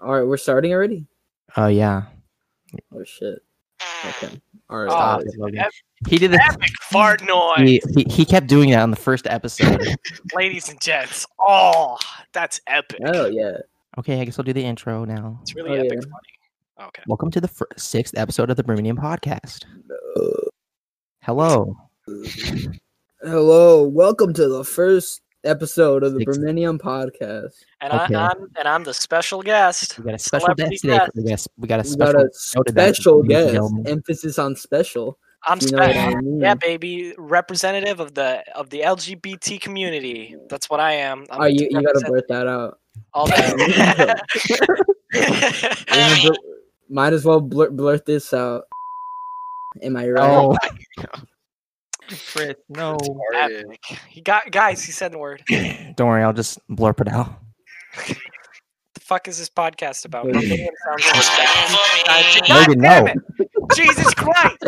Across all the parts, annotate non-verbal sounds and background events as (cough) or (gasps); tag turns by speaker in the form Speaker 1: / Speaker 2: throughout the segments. Speaker 1: right, we're starting already.
Speaker 2: Oh yeah.
Speaker 1: Oh shit. Okay.
Speaker 3: All
Speaker 4: Oh,
Speaker 3: right.
Speaker 2: Stop
Speaker 4: it's
Speaker 2: it, Logan.
Speaker 4: epic.
Speaker 2: He did this.
Speaker 4: Epic
Speaker 1: (laughs)
Speaker 4: fart noise,
Speaker 2: He, he, he kept doing that on the first episode. (laughs)
Speaker 4: ladies and gents. Oh, that's epic.
Speaker 1: Oh yeah.
Speaker 2: okay, I guess I'll do the intro now.
Speaker 4: It's really
Speaker 1: Oh,
Speaker 4: epic
Speaker 1: yeah.
Speaker 4: funny. Okay.
Speaker 2: Welcome to the fir- sixth episode of the Birmingham Podcast. Hello.
Speaker 1: Hello, welcome to the first episode of the
Speaker 2: Six.
Speaker 1: Berminium podcast.
Speaker 4: And
Speaker 2: Okay.
Speaker 4: I, I'm and I'm the special guest.
Speaker 2: We got a special
Speaker 4: Celebrity
Speaker 2: guest today.
Speaker 4: guest.
Speaker 2: We got, a- we got
Speaker 1: We
Speaker 2: a special.
Speaker 1: got a
Speaker 2: noted that,
Speaker 1: special
Speaker 2: ladies and
Speaker 1: guest.
Speaker 2: gentlemen.
Speaker 1: Emphasis on special.
Speaker 4: I'm
Speaker 1: You know what I
Speaker 4: special.
Speaker 1: mean?
Speaker 4: Yeah, baby, representative of the of the LGBT community. That's what I am. I'm
Speaker 1: Oh, you, you gotta
Speaker 4: represent
Speaker 1: blurt that out. (laughs)
Speaker 4: all (laughs) that.
Speaker 1: We're gonna blur- Might as well blurt blurt this out. Am I right?
Speaker 2: (laughs) Oh.
Speaker 4: (laughs)
Speaker 2: Chris, no.
Speaker 4: (laughs) Epic. He got guys. He said the word. What
Speaker 2: Don't worry, I'll just blurp it out.
Speaker 4: the fuck is this podcast
Speaker 1: (laughs)
Speaker 4: about?
Speaker 1: Wait.
Speaker 4: Romanian sounds like (laughs)
Speaker 3: (laughs)
Speaker 4: that. God
Speaker 2: Logan,
Speaker 4: damn
Speaker 2: no.
Speaker 4: it. Jesus Christ!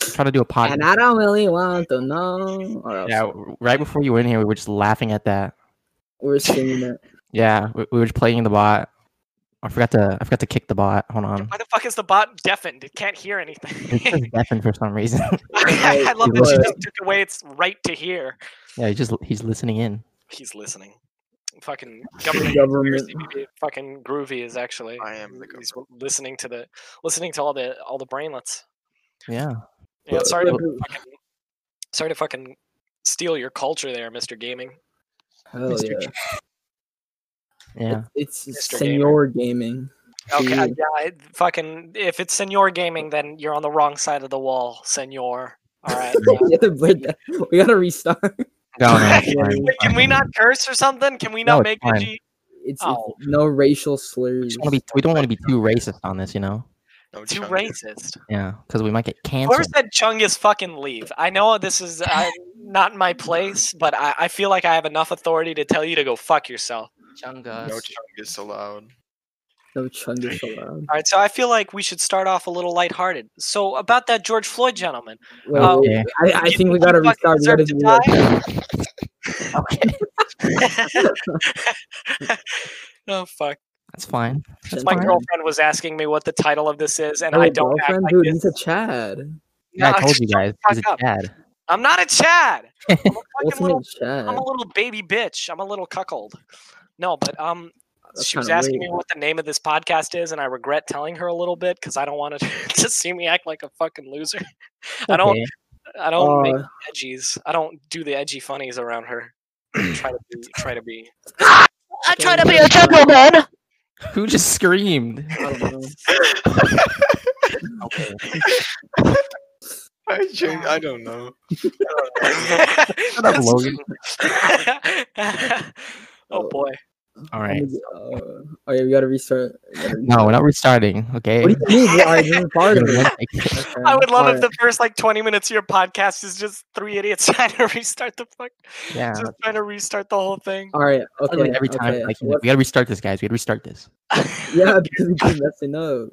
Speaker 2: Try to do a podcast.
Speaker 1: And I don't really want to know. Or else
Speaker 2: Yeah, w- right before you were in here, we were just laughing at that.
Speaker 1: We're singing it.
Speaker 2: Yeah, we, we were just playing the bot. I forgot to I forgot to kick the bot. Hold on.
Speaker 4: (laughs) Why the fuck is the bot deafened? It can't hear
Speaker 2: It's
Speaker 1: (laughs)
Speaker 4: anything.
Speaker 2: just deafened for some reason.
Speaker 4: (laughs) I, I love
Speaker 2: He
Speaker 4: that she
Speaker 1: was.
Speaker 4: just took away its right to hear.
Speaker 2: yeah, he just he's listening in.
Speaker 4: He's listening. Fucking government,
Speaker 1: Government.
Speaker 4: (laughs) conspiracy baby. fucking groovy is actually.
Speaker 3: I am the
Speaker 4: He's listening to the listening to all the all the brainlets.
Speaker 2: Yeah.
Speaker 4: Yeah,
Speaker 1: Well,
Speaker 4: sorry to
Speaker 1: well-
Speaker 4: fucking sorry to fucking steal your culture there, Mr. Gaming.
Speaker 1: Hell
Speaker 4: Mr.
Speaker 1: yeah.
Speaker 2: Yeah.
Speaker 1: It's
Speaker 4: Mr.
Speaker 1: senior gaming.
Speaker 4: Okay,
Speaker 1: Dude.
Speaker 2: Mm.
Speaker 4: I- Uh, yeah, I, fucking if it's senor gaming, then you're on the wrong side of the wall, senor. All
Speaker 2: (laughs)
Speaker 4: right.
Speaker 1: (laughs) we, have to blurt that. we gotta restart. (laughs)
Speaker 2: No, no, it's
Speaker 1: Yeah,
Speaker 2: fine.
Speaker 4: Wait, can we not curse or something? Can we
Speaker 2: No,
Speaker 4: not
Speaker 2: it's
Speaker 4: make
Speaker 2: fine.
Speaker 4: a G?
Speaker 1: It's,
Speaker 4: Oh.
Speaker 1: it's no racial
Speaker 2: We
Speaker 1: slurs.
Speaker 2: just wanna be- we don't want to be too racist on this, you know?
Speaker 3: No
Speaker 4: Too
Speaker 3: chunk.
Speaker 4: racist.
Speaker 2: Yeah, because we might get
Speaker 4: Whoever
Speaker 2: canceled.
Speaker 4: said Chungus fucking leave? I know this is uh, not my place, but I, I feel like I have enough authority to tell you to go fuck yourself.
Speaker 3: No chungus allowed.
Speaker 1: No chungus allowed.
Speaker 4: All right, so I feel like we should start off a little lighthearted. So about that George Floyd gentleman,
Speaker 1: Wait,
Speaker 4: Oh. (laughs)
Speaker 1: wait, wait, I, I think we gotta
Speaker 4: Fucking
Speaker 1: restart. We
Speaker 4: deserve
Speaker 1: gotta
Speaker 4: to
Speaker 1: do that.
Speaker 2: okay.
Speaker 1: (laughs)
Speaker 4: (laughs) oh fuck!
Speaker 2: (laughs) That's fine. That's
Speaker 4: My
Speaker 2: fine.
Speaker 4: girlfriend was asking me what the title of this is, and
Speaker 1: Oh,
Speaker 4: I don't act
Speaker 1: girlfriend,
Speaker 4: like
Speaker 1: dude,
Speaker 4: this.
Speaker 1: he's a Chad.
Speaker 2: Yeah, I
Speaker 4: No,
Speaker 2: told you guys. He's
Speaker 4: fuck
Speaker 2: a
Speaker 4: up.
Speaker 2: dad.
Speaker 4: I'm not
Speaker 1: (laughs)
Speaker 4: a Chad. I'm a fucking little
Speaker 1: Ultimate Chad.
Speaker 4: I'm a little baby bitch. I'm a little cuckold. No, but um,
Speaker 1: That's
Speaker 4: she was
Speaker 1: kinda
Speaker 4: asking me
Speaker 1: weird.
Speaker 4: what the name of this podcast is, and I regret telling her a little bit because I don't want her (laughs) to see me act like a fucking loser. (laughs) I don't.
Speaker 2: Okay.
Speaker 4: I don't make
Speaker 1: Uh,
Speaker 4: edgies. I don't do the edgy funnies
Speaker 1: (clears throat)
Speaker 4: around her. try to be. Try
Speaker 1: (laughs)
Speaker 4: to be.
Speaker 1: I try to be a
Speaker 4: gentleman.
Speaker 2: Who just screamed?
Speaker 1: I don't know.
Speaker 2: Okay.
Speaker 3: I, ju- I don't know.
Speaker 2: Shut
Speaker 4: (laughs)
Speaker 2: up, Logan.
Speaker 4: oh boy.
Speaker 1: I'm
Speaker 2: All right.
Speaker 1: gonna- Uh, oh yeah, we gotta restart. We gotta
Speaker 2: No, we're not restarting. Okay.
Speaker 1: What do you mean? Yeah, I didn't part of
Speaker 2: (laughs)
Speaker 1: it. Okay,
Speaker 4: I would love if
Speaker 1: alright.
Speaker 4: the first like 20 minutes of your podcast is just three idiots (laughs) trying to restart the fuck,
Speaker 2: yeah.
Speaker 4: just trying to restart the whole thing.
Speaker 1: All right.
Speaker 2: I mean,
Speaker 1: Okay.
Speaker 2: every time,
Speaker 1: okay.
Speaker 2: like, you know, (laughs)
Speaker 1: What-
Speaker 2: we gotta restart this, guys. We gotta restart this.
Speaker 4: (laughs)
Speaker 1: (laughs) yeah, because we keep messing up.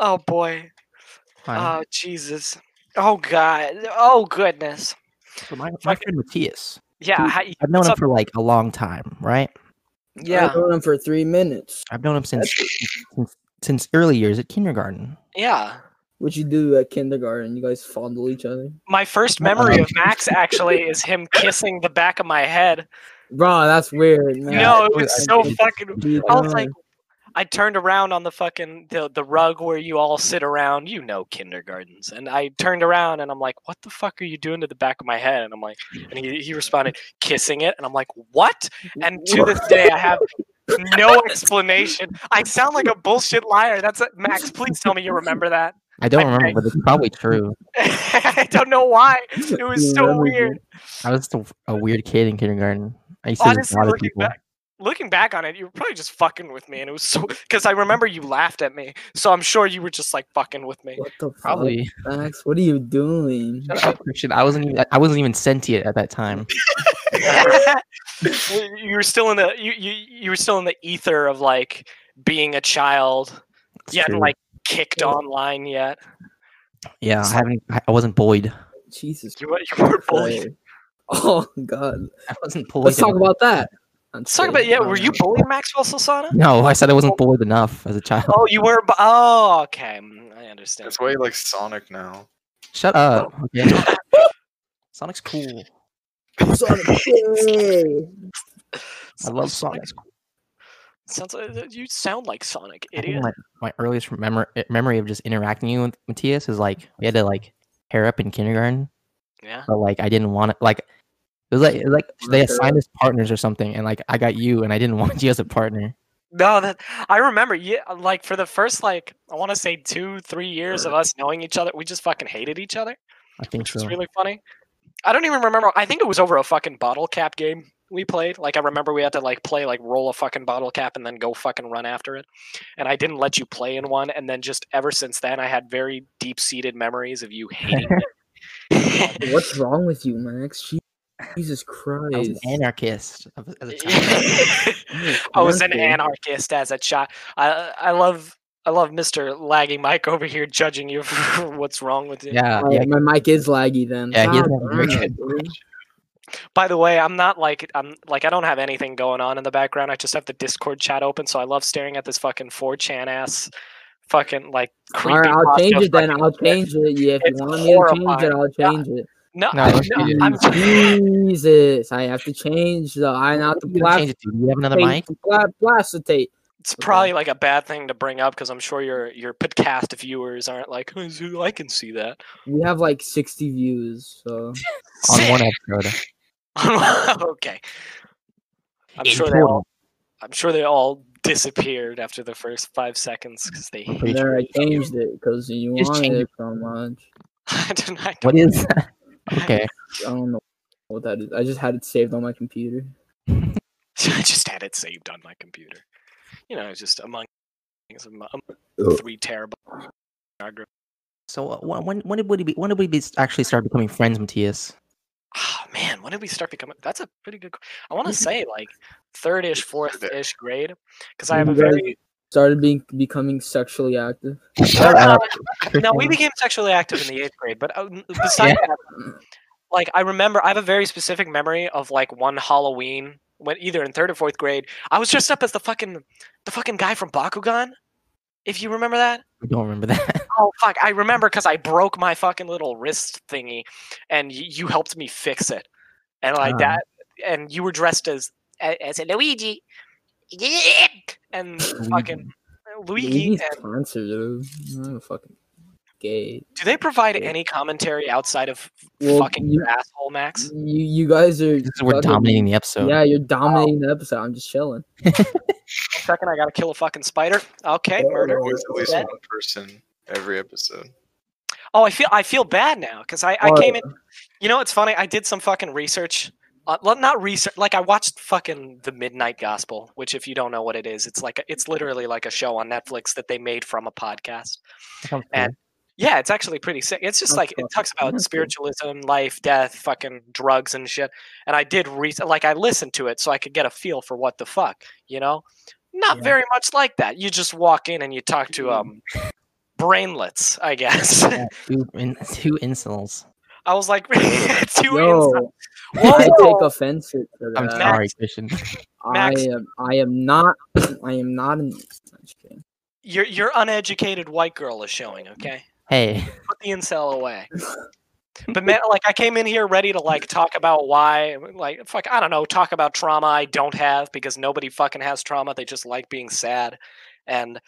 Speaker 4: oh boy.
Speaker 2: Fine.
Speaker 4: Oh Jesus. Oh God. Oh goodness.
Speaker 2: so my, my friend Matthias,
Speaker 4: Yeah.
Speaker 2: Dude,
Speaker 4: hi-
Speaker 2: I've known
Speaker 4: what's
Speaker 2: him
Speaker 4: up?
Speaker 2: for like a long time, right?
Speaker 4: Yeah.
Speaker 1: I've known him for three minutes.
Speaker 2: I've known him since since, since early years at kindergarten.
Speaker 4: Yeah.
Speaker 1: What you do at kindergarten? You guys fondle each other,
Speaker 4: My first memory of Max actually is him kissing the back of my head.
Speaker 1: bro. That's weird, man.
Speaker 4: no,
Speaker 2: I
Speaker 4: it
Speaker 2: totally-
Speaker 4: was
Speaker 2: I
Speaker 4: so
Speaker 2: totally-
Speaker 4: fucking.
Speaker 1: What are you
Speaker 4: I was like,
Speaker 1: doing?
Speaker 4: I turned around on the fucking the, the rug where you all sit around. You know kindergartens, and I turned around and I'm like, "What the fuck are you doing to the back of my head?" And I'm like, and he he responded, "Kissing it," and I'm like, "What?" And to this day, I have
Speaker 2: (laughs)
Speaker 4: no explanation. I sound like a bullshit liar. That's it. Max. Please tell me you remember that. (laughs)
Speaker 2: I don't
Speaker 4: Okay.
Speaker 2: remember, but it's probably true.
Speaker 4: I don't know why. It was
Speaker 1: You
Speaker 4: so
Speaker 1: remembered it.
Speaker 4: weird.
Speaker 2: I was just a, a weird kid in kindergarten. I used to date
Speaker 4: Honestly,
Speaker 2: a lot of
Speaker 4: looking
Speaker 2: people.
Speaker 4: back, looking back on it, you were probably just fucking with me, and it was so because I remember you laughed at me. So I'm sure you were just like fucking with me.
Speaker 1: What the fuck,
Speaker 2: Probably. (laughs)
Speaker 1: Max? What are you doing?
Speaker 2: Shut up, Christian. I wasn't even I wasn't even sentient at that time.
Speaker 4: (laughs) You- you were still in the you, you you were still in the ether of like being a child.
Speaker 2: It's
Speaker 4: You hadn't
Speaker 2: true.
Speaker 4: like kicked online yet.
Speaker 2: yeah, I haven't. I I wasn't bullied.
Speaker 1: Jesus
Speaker 4: You were, you were bullied.
Speaker 1: Christ. (laughs) Oh God.
Speaker 2: (laughs) I wasn't bullied.
Speaker 1: Let's talk about that.
Speaker 4: Let's talk about yeah. Were you bullied, Maxwell Solana?
Speaker 2: No, I said I wasn't bullied enough as a child.
Speaker 4: Oh, you were. Bu- oh, okay. mm, I understand.
Speaker 3: That's why you like Sonic now.
Speaker 2: Shut up.
Speaker 4: Oh.
Speaker 2: Okay.
Speaker 4: (laughs)
Speaker 2: Sonic's cool.
Speaker 4: (laughs)
Speaker 2: I love Sonic.
Speaker 4: Sonic's cool. Sounds like, you sound like Sonic,
Speaker 2: I think
Speaker 4: idiot.
Speaker 2: My, my earliest remember, memory of just interacting with Matthias is like we had to like pair up in kindergarten,
Speaker 4: Yeah.
Speaker 2: but like I didn't want it. Like it was like it was like they
Speaker 1: Sure.
Speaker 2: assigned us partners or something, and like I got you, and I didn't (laughs) want you as a partner.
Speaker 4: No, that I remember. Yeah, like for the first like I want to say two, three years of us knowing each other, we just fucking hated each other,
Speaker 2: I think
Speaker 4: which
Speaker 2: so.
Speaker 4: was really funny. I don't even remember. I think it was over a fucking bottle cap game we played. Like I remember we had to like play like roll a fucking bottle cap and then go fucking run after it. And I didn't let you play in one. And then just ever since then, I had very deep seated memories of you hating it. (laughs)
Speaker 1: What's wrong with you, Max? Je- Jesus Christ. Oh,
Speaker 2: I was an anarchist of-
Speaker 4: (laughs)
Speaker 2: as a child.
Speaker 1: (laughs)
Speaker 4: I was an
Speaker 1: Anarchy.
Speaker 4: anarchist as a child. I I love I love Mr. Laggy Mike over here judging you (laughs) for what's wrong with you.
Speaker 2: yeah,
Speaker 1: Oh, yeah,
Speaker 2: yeah.
Speaker 1: my mic is laggy then.
Speaker 2: Yeah, he
Speaker 1: God
Speaker 2: doesn't have a
Speaker 1: damn
Speaker 2: mic.
Speaker 1: it, dude.
Speaker 4: By the way, I'm not like I'm like I don't have anything going on in the background. I just have the Discord chat open, so I love staring at this fucking 4chan ass fucking like creepy.
Speaker 1: All right, I'll change
Speaker 4: pasta
Speaker 1: it then.
Speaker 4: fucking-
Speaker 1: I'll change it. Yeah, if you
Speaker 4: It's
Speaker 1: want me to change it,
Speaker 4: horrifying.
Speaker 1: I'll change it.
Speaker 4: No,
Speaker 2: No,
Speaker 4: I-
Speaker 2: let's
Speaker 4: no,
Speaker 2: do
Speaker 4: I'm
Speaker 1: Jesus, I have to change the I not the
Speaker 2: You can change
Speaker 1: plastic
Speaker 2: it to. You have another mic?
Speaker 1: tape. to pla- plastic tape.
Speaker 4: (laughs) it's
Speaker 1: Okay.
Speaker 4: probably like a bad thing to bring up because I'm sure your your podcast viewers aren't like "Who- I can see that.
Speaker 1: We have like 60 views, so
Speaker 2: on
Speaker 4: Sick. (laughs)
Speaker 2: one episode.
Speaker 4: okay. I'm sure they all. I'm sure they all disappeared after the first five seconds because they.
Speaker 2: Pretty
Speaker 1: and
Speaker 4: hate
Speaker 1: then I
Speaker 4: you.
Speaker 1: changed it because you
Speaker 2: Just
Speaker 1: wanted
Speaker 2: change
Speaker 1: it so much.
Speaker 4: (laughs) I don't, I
Speaker 2: What
Speaker 4: don't- (laughs)
Speaker 2: is that? Okay.
Speaker 1: I don't know what that is. I just had it saved on my computer.
Speaker 4: (laughs) I just had it saved on my computer. You know, it's just among, it's among
Speaker 1: Ugh.
Speaker 4: three terabytes. Our group.
Speaker 2: So uh, wh- when when did we be, when did we be actually start becoming friends, Matthias?
Speaker 4: Oh man, when did we start becoming? That's a pretty good. que- I want to say like third-ish, fourth-ish grade, because I have a
Speaker 1: You guys-
Speaker 4: very.
Speaker 1: Started being becoming sexually active.
Speaker 2: Shut
Speaker 4: Uh,
Speaker 2: up.
Speaker 4: no, we became sexually active in the eighth grade, but uh, n- besides that, like I remember, I have a very specific memory of like one Halloween when either in third or fourth grade, I was dressed up as the fucking the fucking guy from Bakugan. If you remember that,
Speaker 2: I don't remember that. (laughs)
Speaker 4: oh fuck, I remember because I broke my fucking little wrist thingy, and y- you helped me fix it, and like
Speaker 1: Uh-huh.
Speaker 2: Ah.
Speaker 4: that, and you were dressed as a- as a Luigi,
Speaker 1: (laughs)
Speaker 4: and fucking Luigi
Speaker 1: Luigi's
Speaker 4: and
Speaker 1: cancer, dude. I'm fucking gay.
Speaker 4: Do they provide
Speaker 1: Yeah.
Speaker 4: any commentary outside of
Speaker 1: Well,
Speaker 4: fucking
Speaker 1: you-
Speaker 4: your asshole, Max?
Speaker 1: You you guys are
Speaker 2: We're
Speaker 1: fucking-
Speaker 2: dominating the episode.
Speaker 1: Yeah, you're dominating
Speaker 4: Oh.
Speaker 1: the episode. I'm just chilling.
Speaker 4: One second, I gotta kill a fucking spider. Okay, murder.
Speaker 3: There was at least
Speaker 4: Yeah.
Speaker 3: one person every episode.
Speaker 4: Oh, I feel I feel bad now because I, I
Speaker 1: Oh,
Speaker 4: came in. You know, it's funny. I did some fucking research. Uh, well, not research. Like I watched fucking the Midnight Gospel, which, if you don't know what it is, it's like a, it's literally like a show on Netflix that they made from a podcast.
Speaker 2: That sounds
Speaker 4: and-
Speaker 2: cool.
Speaker 4: Yeah, it's actually pretty sick. It's just
Speaker 1: That's
Speaker 4: like it
Speaker 1: awesome.
Speaker 4: talks about
Speaker 1: That's cool.
Speaker 4: spiritualism, life, death, fucking drugs and shit. And I did re like I listened to it so I could get a feel for what the fuck, you know? Not
Speaker 2: Yeah.
Speaker 4: very much like that. You just walk in and you talk to um brainlets, I guess. (laughs)
Speaker 2: Yeah, two, in, two incels.
Speaker 4: I
Speaker 1: (laughs)
Speaker 4: was like (laughs) two insides.
Speaker 1: Yo, I take
Speaker 4: Whoa.
Speaker 1: offense to that.
Speaker 2: I'm sorry, Christian.
Speaker 1: I
Speaker 4: Max.
Speaker 1: am. I am not. (clears throat) I am not an. I'm just kidding.
Speaker 4: Your your uneducated white girl is showing, okay?
Speaker 2: Hey,
Speaker 4: put the incel
Speaker 1: (laughs)
Speaker 4: away. but man, like I came in here ready to like talk about why, like fuck, I don't know, talk about trauma I don't have because nobody fucking has trauma. They just like being sad. And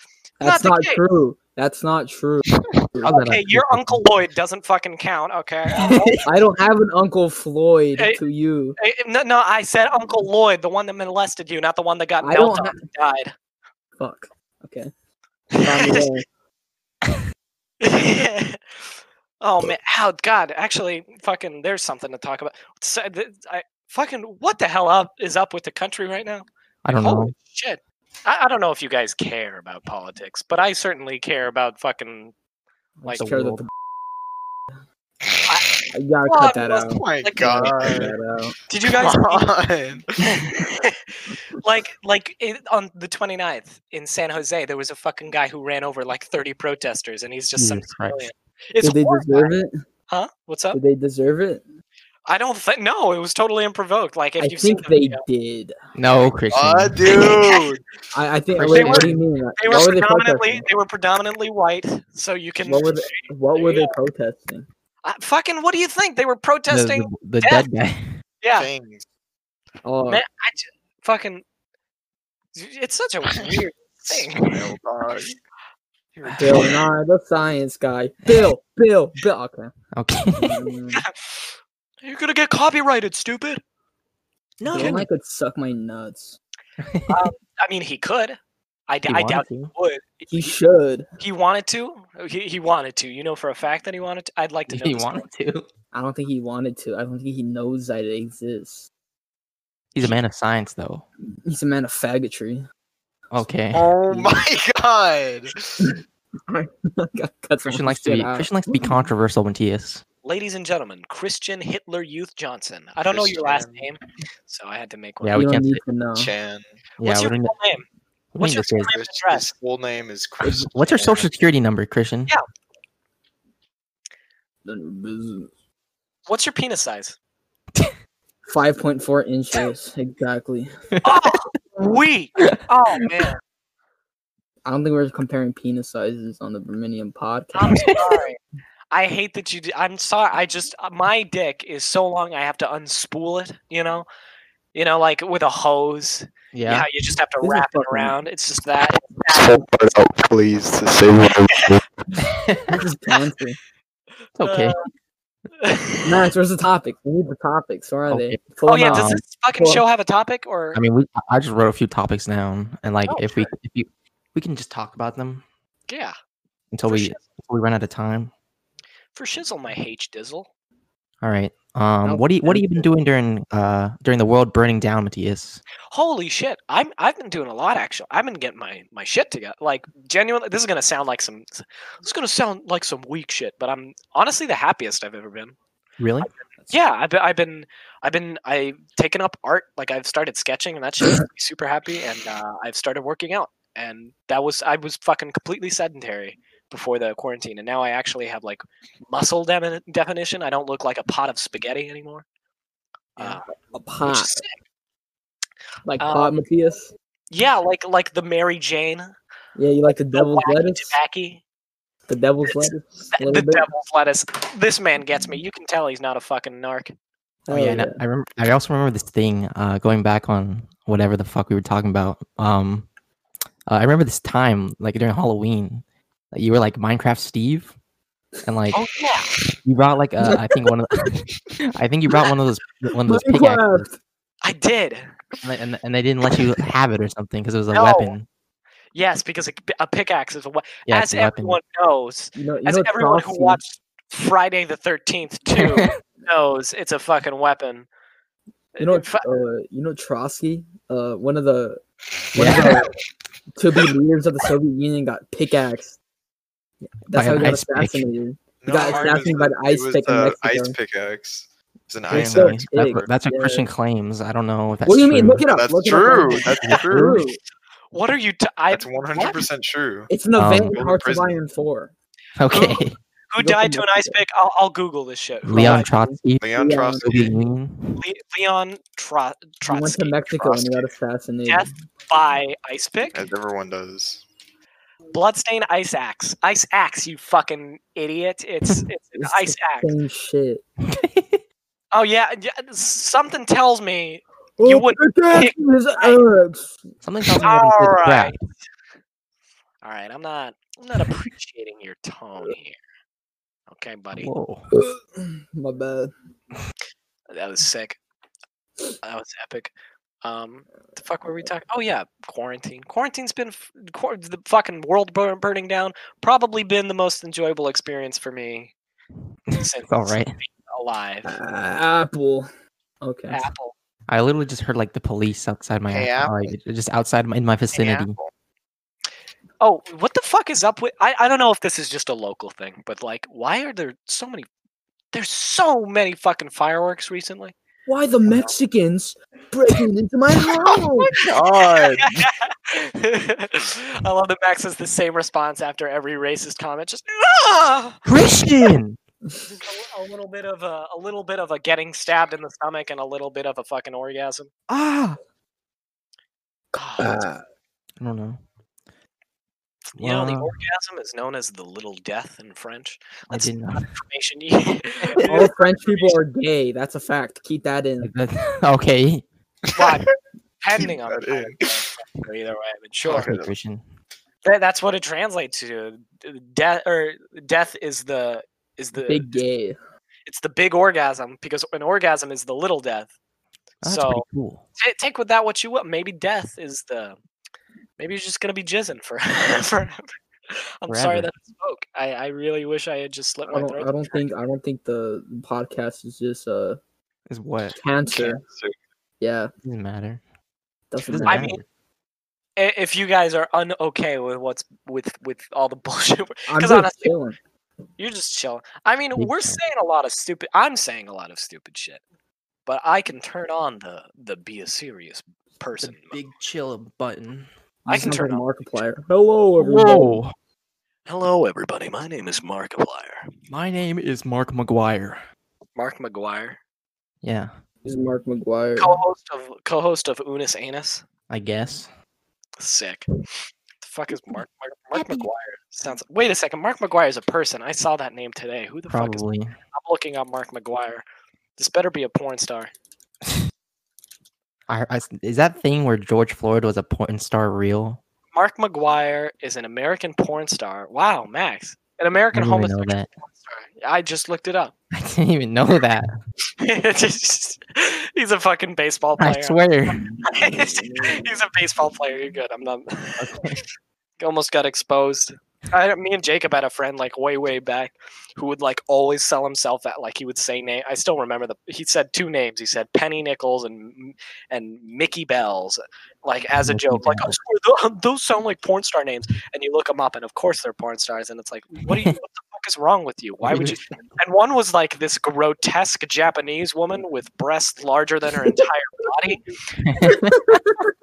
Speaker 1: That's
Speaker 4: Not
Speaker 1: not,
Speaker 4: the case.
Speaker 1: true. That's not true.
Speaker 2: (laughs) how's
Speaker 4: (laughs)
Speaker 2: that
Speaker 4: okay,
Speaker 2: not
Speaker 4: your
Speaker 2: true?
Speaker 4: Uncle Lloyd doesn't fucking count. Okay,
Speaker 1: (laughs) I don't have an Uncle Floyd
Speaker 4: Hey,
Speaker 1: to you.
Speaker 4: Eh, no, no, I said Uncle Lloyd, the one that molested you, not the one that got
Speaker 1: I don't
Speaker 4: knelt on
Speaker 1: ha-
Speaker 4: and died.
Speaker 1: Fuck. Okay.
Speaker 2: (laughs)
Speaker 1: Found
Speaker 4: (laughs) oh
Speaker 1: a way.
Speaker 4: (laughs) Oh, man, how God, actually, fucking, there's something to talk about. So, th- I, fucking, what the hell up is up with the country right now?
Speaker 2: I don't
Speaker 4: Holy
Speaker 2: know.
Speaker 4: shit. I, I don't know if you guys care about politics, but I certainly care about fucking. Like,
Speaker 1: Just care that
Speaker 2: world.
Speaker 1: the- I gotta
Speaker 4: Fuck,
Speaker 1: cut that
Speaker 4: that's
Speaker 1: out.
Speaker 3: Oh my
Speaker 4: Like-
Speaker 3: god.
Speaker 1: Cut that out.
Speaker 4: did you guys.
Speaker 3: Come on.
Speaker 4: (laughs) like, like it, on the 29th in San Jose, there was a fucking guy who ran over like 30 protesters, and he's just some
Speaker 2: Jesus Christ.
Speaker 4: civilian. It's
Speaker 1: Did they
Speaker 4: horrifying.
Speaker 1: deserve it?
Speaker 4: Oh. Huh? What's up?
Speaker 1: Did they deserve it?
Speaker 4: I don't think. No, it was totally unprovoked. Like if
Speaker 1: I
Speaker 4: you've seen
Speaker 1: think
Speaker 4: the
Speaker 1: they
Speaker 4: video,
Speaker 1: did.
Speaker 2: No, Christian.
Speaker 3: Ah, dude.
Speaker 1: I, I think.
Speaker 2: They
Speaker 1: wait,
Speaker 4: were-
Speaker 1: what do you mean?
Speaker 4: they were
Speaker 1: what were they
Speaker 4: predominantly
Speaker 1: protesting?
Speaker 4: they were predominantly white. So you can
Speaker 1: What were they, what were they protesting?
Speaker 4: I- fucking. What do you think they were
Speaker 2: The,
Speaker 4: protesting?
Speaker 2: the, the
Speaker 4: death.
Speaker 2: dead guy. (laughs)
Speaker 4: yeah,
Speaker 3: Things.
Speaker 1: Oh,
Speaker 4: Man, I j- fucking. It's such a
Speaker 2: (laughs)
Speaker 4: weird (laughs) thing.
Speaker 3: Smile, dog.
Speaker 4: You're a
Speaker 1: Bill
Speaker 4: dick.
Speaker 1: Nye, the science guy. Bill, Bill, Bill.
Speaker 4: (laughs)
Speaker 1: Okay.
Speaker 2: (laughs) Okay.
Speaker 1: Mm,
Speaker 4: You're gonna get copyrighted, stupid.
Speaker 2: no,
Speaker 1: Bill Nye could suck my nuts.
Speaker 4: I mean, he could. I, d- I doubt
Speaker 2: you.
Speaker 4: he would.
Speaker 1: He should.
Speaker 4: He wanted to. He, he wanted to. You know for a fact that he wanted to. I'd like to know.
Speaker 2: He
Speaker 4: this
Speaker 2: wanted to.
Speaker 1: I don't think he wanted to. I don't think he knows that it exists.
Speaker 2: He's a man of science, though.
Speaker 1: He's a man of faggotry. (laughs)
Speaker 2: Okay.
Speaker 3: Oh my god.
Speaker 1: Cuts
Speaker 2: Christian
Speaker 1: all
Speaker 2: likes to
Speaker 1: shit
Speaker 2: be
Speaker 4: uh,
Speaker 1: out.
Speaker 2: Christian likes to be controversial when he is.
Speaker 4: Ladies and gentlemen, Christian Hitler Youth Johnson. I don't know your last name, so I had to make one.
Speaker 2: Yeah,
Speaker 1: You
Speaker 2: we
Speaker 1: don't
Speaker 2: can't.
Speaker 1: need
Speaker 2: Say,
Speaker 1: to know.
Speaker 3: Chan.
Speaker 2: yeah,
Speaker 4: What's
Speaker 2: we
Speaker 4: your
Speaker 2: don't need-
Speaker 4: full name?
Speaker 2: we
Speaker 4: what's
Speaker 2: need
Speaker 4: your
Speaker 2: to say.
Speaker 4: full
Speaker 3: His,
Speaker 4: address?
Speaker 3: his full name is Chris.
Speaker 2: What's your social security number, Christian?
Speaker 4: Yeah.
Speaker 1: None of your business.
Speaker 4: What's your
Speaker 2: (laughs)
Speaker 4: penis size?
Speaker 1: 5.4 inches.
Speaker 4: (laughs)
Speaker 1: Exactly.
Speaker 4: Oh, we. Oh man,
Speaker 1: I don't think we're comparing penis sizes on the Berminium podcast. (laughs)
Speaker 4: I'm sorry. I hate that you. d I'm sorry. I just uh, my dick is so long. I have to unspool it. You know, you know, like with a hose. Yeah.
Speaker 2: Yeah.
Speaker 4: you just have to
Speaker 1: This is
Speaker 4: wrap it
Speaker 1: fucking-
Speaker 4: around. It's just that.
Speaker 3: out, please, to save my
Speaker 4: Oh.
Speaker 1: This is pantry.
Speaker 2: It's
Speaker 4: uh,
Speaker 2: okay.
Speaker 1: Max, where's the topic? We need the topics. Where are
Speaker 2: Okay.
Speaker 1: they? Pull
Speaker 4: (laughs) oh
Speaker 1: them
Speaker 4: yeah,
Speaker 1: out.
Speaker 4: does this fucking
Speaker 1: Well-
Speaker 4: show have a topic or?
Speaker 2: I mean, we I- I just wrote a few topics down, and like
Speaker 4: Oh,
Speaker 2: if we if you we can just talk about them
Speaker 4: yeah,
Speaker 2: until
Speaker 4: For
Speaker 2: we
Speaker 4: shiz-
Speaker 2: until we run out of time.
Speaker 4: for shizzle, my H dizzle.
Speaker 2: All right. Um,
Speaker 1: Nope,
Speaker 2: what do you what have you
Speaker 1: sounds
Speaker 2: been doing during uh during the world burning down, Matthias?
Speaker 4: Holy shit! I'm I've been doing a lot actually. I've been getting my my shit together. Like genuinely, this is gonna sound like some this is gonna sound like some weak shit, but I'm honestly the happiest I've ever been.
Speaker 2: Really?
Speaker 4: Yeah, I've been I've been I've been I taken up art. Like I've started sketching, and that shit makes me super happy. And uh, I've started working out, and that was I was fucking completely sedentary before the quarantine, and now I actually have like muscle demi- definition. I don't look like a pot of spaghetti anymore.
Speaker 1: Yeah.
Speaker 4: Uh,
Speaker 1: A
Speaker 4: which
Speaker 1: pot.
Speaker 4: is sick.
Speaker 1: Like
Speaker 4: um,
Speaker 1: pot, Matthias?
Speaker 4: Yeah, like like the Mary Jane
Speaker 1: Yeah, you like the devil's
Speaker 4: wacky
Speaker 1: lettuce?
Speaker 4: tabacky.
Speaker 1: The devil's
Speaker 4: It's-
Speaker 1: lettuce? a
Speaker 4: The,
Speaker 1: little
Speaker 4: the
Speaker 1: bit?
Speaker 4: devil's lettuce. This man gets me. You can tell he's not a fucking narc.
Speaker 2: Oh
Speaker 1: Hell
Speaker 2: yeah, and I- I remember. I also remember this thing. Uh, going back on whatever the fuck we were talking about. Um, uh, I remember this time, like during Halloween, that you were like Minecraft Steve, and like
Speaker 4: Oh yeah.
Speaker 2: you brought like uh, I think one of the, I think you brought one of those one of those pickaxes,
Speaker 1: Minecraft!
Speaker 4: I did.
Speaker 2: and, they- and, they- and they didn't let you have it or something because it was a
Speaker 4: No.
Speaker 2: weapon.
Speaker 4: Yes, because a, a pickaxe is a we-
Speaker 2: Yeah,
Speaker 4: as
Speaker 2: it's a weapon.
Speaker 4: everyone knows,
Speaker 1: You know, you
Speaker 4: as
Speaker 1: know
Speaker 4: everyone
Speaker 1: Chauncey-
Speaker 4: who watched Friday the Thirteenth
Speaker 1: (laughs)
Speaker 4: too knows, it's a fucking weapon.
Speaker 1: You know,
Speaker 4: In fa-
Speaker 1: uh, you know Trotsky, uh, one of the one
Speaker 2: Yeah.
Speaker 1: of the to be leaders of the Soviet Union got pickaxed.
Speaker 2: By
Speaker 1: That's how
Speaker 2: an
Speaker 1: he got
Speaker 2: ice pick.
Speaker 1: assassinated. Got assassinated by the ice pick in
Speaker 3: uh, ice
Speaker 1: Mexico.
Speaker 3: pickaxe. It's an
Speaker 1: They
Speaker 2: Apparently,
Speaker 3: ice
Speaker 1: so
Speaker 3: axe.
Speaker 2: that's,
Speaker 1: big,
Speaker 2: what, that's what
Speaker 1: yeah.
Speaker 2: Christian claims. I don't know if that's
Speaker 1: What do you mean?
Speaker 2: true.
Speaker 1: Look it up.
Speaker 3: That's
Speaker 1: look it up
Speaker 3: true.
Speaker 1: online.
Speaker 3: That's true.
Speaker 4: What are you? T- I,
Speaker 3: That's 100% true.
Speaker 1: It's an
Speaker 2: Um,
Speaker 1: event in
Speaker 3: Golden
Speaker 1: Hearts of
Speaker 3: Prison.
Speaker 1: Iron Four.
Speaker 2: Okay,
Speaker 4: who
Speaker 1: Look him
Speaker 4: died to
Speaker 1: up
Speaker 4: an ice
Speaker 1: today.
Speaker 4: pick? I'll, I'll Google this shit.
Speaker 2: (laughs)
Speaker 4: Who
Speaker 2: Leon
Speaker 4: died-
Speaker 2: Trotsky,
Speaker 3: Leon
Speaker 1: Yeah.
Speaker 2: Soviet
Speaker 3: Trotsky.
Speaker 2: Union.
Speaker 4: Le- Leon Tro-
Speaker 1: He went to
Speaker 4: Trotsky
Speaker 1: Mexico and he got assassinated.
Speaker 4: Death by ice pick.
Speaker 3: As everyone does.
Speaker 4: Bloodstain ice axe. Ice axe, you fucking idiot.
Speaker 1: (laughs)
Speaker 4: It's it's an
Speaker 1: It's
Speaker 4: ice
Speaker 1: the
Speaker 4: axe.
Speaker 1: Same shit.
Speaker 4: Oh yeah, yeah, something tells me.
Speaker 1: Oh,
Speaker 4: You would
Speaker 1: pickaxe his axe.
Speaker 2: (laughs) Something tells me that he
Speaker 4: All
Speaker 2: said
Speaker 4: right.
Speaker 2: crap.
Speaker 4: All right, I'm not I'm not appreciating your tone here. Okay, buddy.
Speaker 2: Whoa.
Speaker 1: My bad.
Speaker 4: That was sick. That was epic. Um the fuck were we talking? Oh yeah, quarantine. Quarantine's been f- quar- the fucking world bur- burning down. Probably been the most enjoyable experience for me since
Speaker 2: It's all right.
Speaker 4: alive.
Speaker 1: Uh, apple. Okay.
Speaker 3: Ah.
Speaker 4: Apple.
Speaker 2: I literally just heard like the police outside my
Speaker 3: Hey,
Speaker 2: house, like just outside my, in my vicinity.
Speaker 4: Oh, what the fuck is up with? I, I don't know if this is just a local thing, but like, why are there so many? There's so many fucking fireworks recently. (laughs)
Speaker 1: Why the Mexicans breaking into my
Speaker 3: (laughs) Oh
Speaker 1: house?
Speaker 3: my god.
Speaker 4: I love that Max has the same response after every racist comment. Just "Ah!"
Speaker 2: Christian,
Speaker 4: Just a, li- a little bit of a, a little bit of a getting stabbed in the stomach and a little bit of a fucking orgasm.
Speaker 2: Ah,
Speaker 4: Ah,
Speaker 1: Uh,
Speaker 2: I don't know.
Speaker 4: you know, the
Speaker 2: wow.
Speaker 4: orgasm is known as the little death in French.
Speaker 2: Uh, I
Speaker 4: That's (laughs)
Speaker 2: didn't know.
Speaker 4: not
Speaker 2: (laughs)
Speaker 4: information you. (laughs)
Speaker 1: all French people are gay. That's a fact. Keep that in.
Speaker 2: Like that- (laughs) okay.
Speaker 4: Well, depending on the
Speaker 3: Keep that
Speaker 4: time frame, either way, but sure.
Speaker 3: Okay.
Speaker 2: Okay, Christian. Oh,
Speaker 4: That, that's what it translates to. Death or death is the is the
Speaker 1: Big gay.
Speaker 4: it's the big orgasm because an orgasm is the little death.
Speaker 2: That's
Speaker 4: so
Speaker 2: pretty cool.
Speaker 4: ta- take with that what you will. Maybe death is the maybe it's just gonna be jizzing for (laughs) forever. I'm sorry
Speaker 2: Forever.
Speaker 4: that I spoke. I, I really wish I had just slipped
Speaker 1: I
Speaker 4: my
Speaker 1: don't.
Speaker 4: throat.
Speaker 1: I don't think. I don't think the podcast is just uh
Speaker 2: Is what
Speaker 1: cancer. Yeah,
Speaker 2: doesn't matter. It
Speaker 1: doesn't
Speaker 2: doesn't
Speaker 4: I
Speaker 1: matter.
Speaker 2: matter.
Speaker 4: mean- I- if you guys are unokay with what's with with all the (laughs) bullshit,
Speaker 1: I'm
Speaker 4: 'cause
Speaker 1: just
Speaker 4: honestly-
Speaker 1: chilling.
Speaker 4: you're just chilling. I mean,
Speaker 2: Big
Speaker 4: we're
Speaker 2: time.
Speaker 4: saying a lot of stupid. I'm saying a lot of stupid shit, but I can turn on the the be a serious person. mode.
Speaker 2: chill button.
Speaker 4: I
Speaker 1: You
Speaker 4: can
Speaker 1: sound
Speaker 4: turn
Speaker 1: like Markiplier. Hello, everyone.
Speaker 2: Whoa!
Speaker 4: Hello, everybody. My name is Markiplier.
Speaker 2: My name is Mark McGuire.
Speaker 4: Mark McGuire,
Speaker 2: Yeah,
Speaker 1: This is Mark McGuire. (laughs)
Speaker 4: co-host of co-host of Unis Anus.
Speaker 2: I guess.
Speaker 4: Sick. The fuck is Mark Mark, Mark McGuire? Sounds. Wait a second. Mark McGuire is a person. I saw that name today. Who the fuck is?
Speaker 2: Probably.
Speaker 4: I'm looking up Mark McGuire. This better be a porn star.
Speaker 2: I, I, is that thing where George Floyd was a porn star real?
Speaker 4: Mark McGuire is an American porn star. Wow, Max. An
Speaker 2: I
Speaker 4: American
Speaker 2: didn't even
Speaker 4: homosexual
Speaker 2: know that.
Speaker 4: porn star. I just looked it up. (laughs)
Speaker 2: (laughs) I didn't even know that.
Speaker 4: Just- he's a fucking baseball player.
Speaker 2: I swear.
Speaker 4: he's a baseball player. You're good. I'm not. (laughs) Almost got exposed. I, me and Jacob had a friend like way way back who would like always sell himself at like he would say name. I still remember the he said two names. He said Penny Nichols and and Mickey Bells, like as a
Speaker 2: Mickey
Speaker 4: joke. Like I
Speaker 2: Bells.
Speaker 4: swear, tho- those sound like porn star names. And you look them up, and of course they're porn stars. And it's like, what do you? what the fuck is wrong with you? Why
Speaker 2: (laughs)
Speaker 4: would you? And one was like this grotesque Japanese woman with breasts larger than her entire body.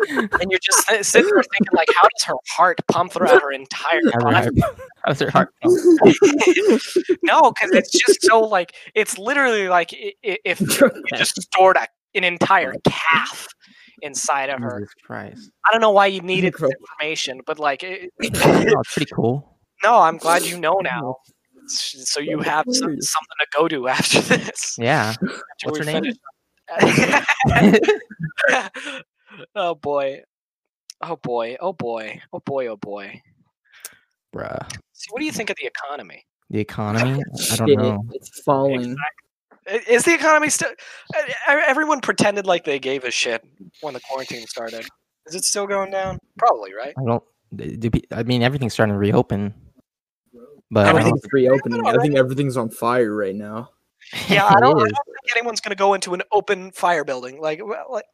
Speaker 4: and you're just si- sitting there thinking, like, how does her heart pump throughout her entire body?
Speaker 2: (laughs) How's your heart? feel?
Speaker 4: No, because it's just so like it's literally like i- i-
Speaker 1: (laughs)
Speaker 4: if you just stored a, an entire calf inside of
Speaker 1: Mm-hmm.
Speaker 4: her.
Speaker 2: Jesus Christ.
Speaker 4: I don't know why you needed this
Speaker 1: Gross.
Speaker 4: information, but like, it,
Speaker 2: Oh, it's pretty cool.
Speaker 4: no, I'm glad you know
Speaker 1: (laughs)
Speaker 4: now. S- So you
Speaker 1: That's
Speaker 4: have some, something
Speaker 1: hilarious.
Speaker 4: to go to after (laughs) this.
Speaker 2: Yeah.
Speaker 4: after
Speaker 2: What's
Speaker 4: we
Speaker 2: her name?
Speaker 4: finish. (laughs) oh boy. Oh boy. Oh boy. Oh boy. Oh boy.
Speaker 2: Bruh.
Speaker 4: See, what do you think of the economy?
Speaker 2: The economy? I don't
Speaker 1: Shit,
Speaker 2: know.
Speaker 1: It's falling.
Speaker 4: I- Is the economy still? e- e- Everyone pretended like they gave a shit when the quarantine started. Is it still going down? Probably, right?
Speaker 2: I don't. d- Do, pe- I mean, everything's starting to reopen. But I
Speaker 1: (laughs)
Speaker 2: don't-
Speaker 1: Everything's reopening. I
Speaker 4: Alright.
Speaker 1: think everything's on fire right now.
Speaker 4: Yeah, I
Speaker 2: (laughs) It
Speaker 4: don't, I don't
Speaker 2: is.
Speaker 4: think anyone's going to go into an open fire building. Like, well, like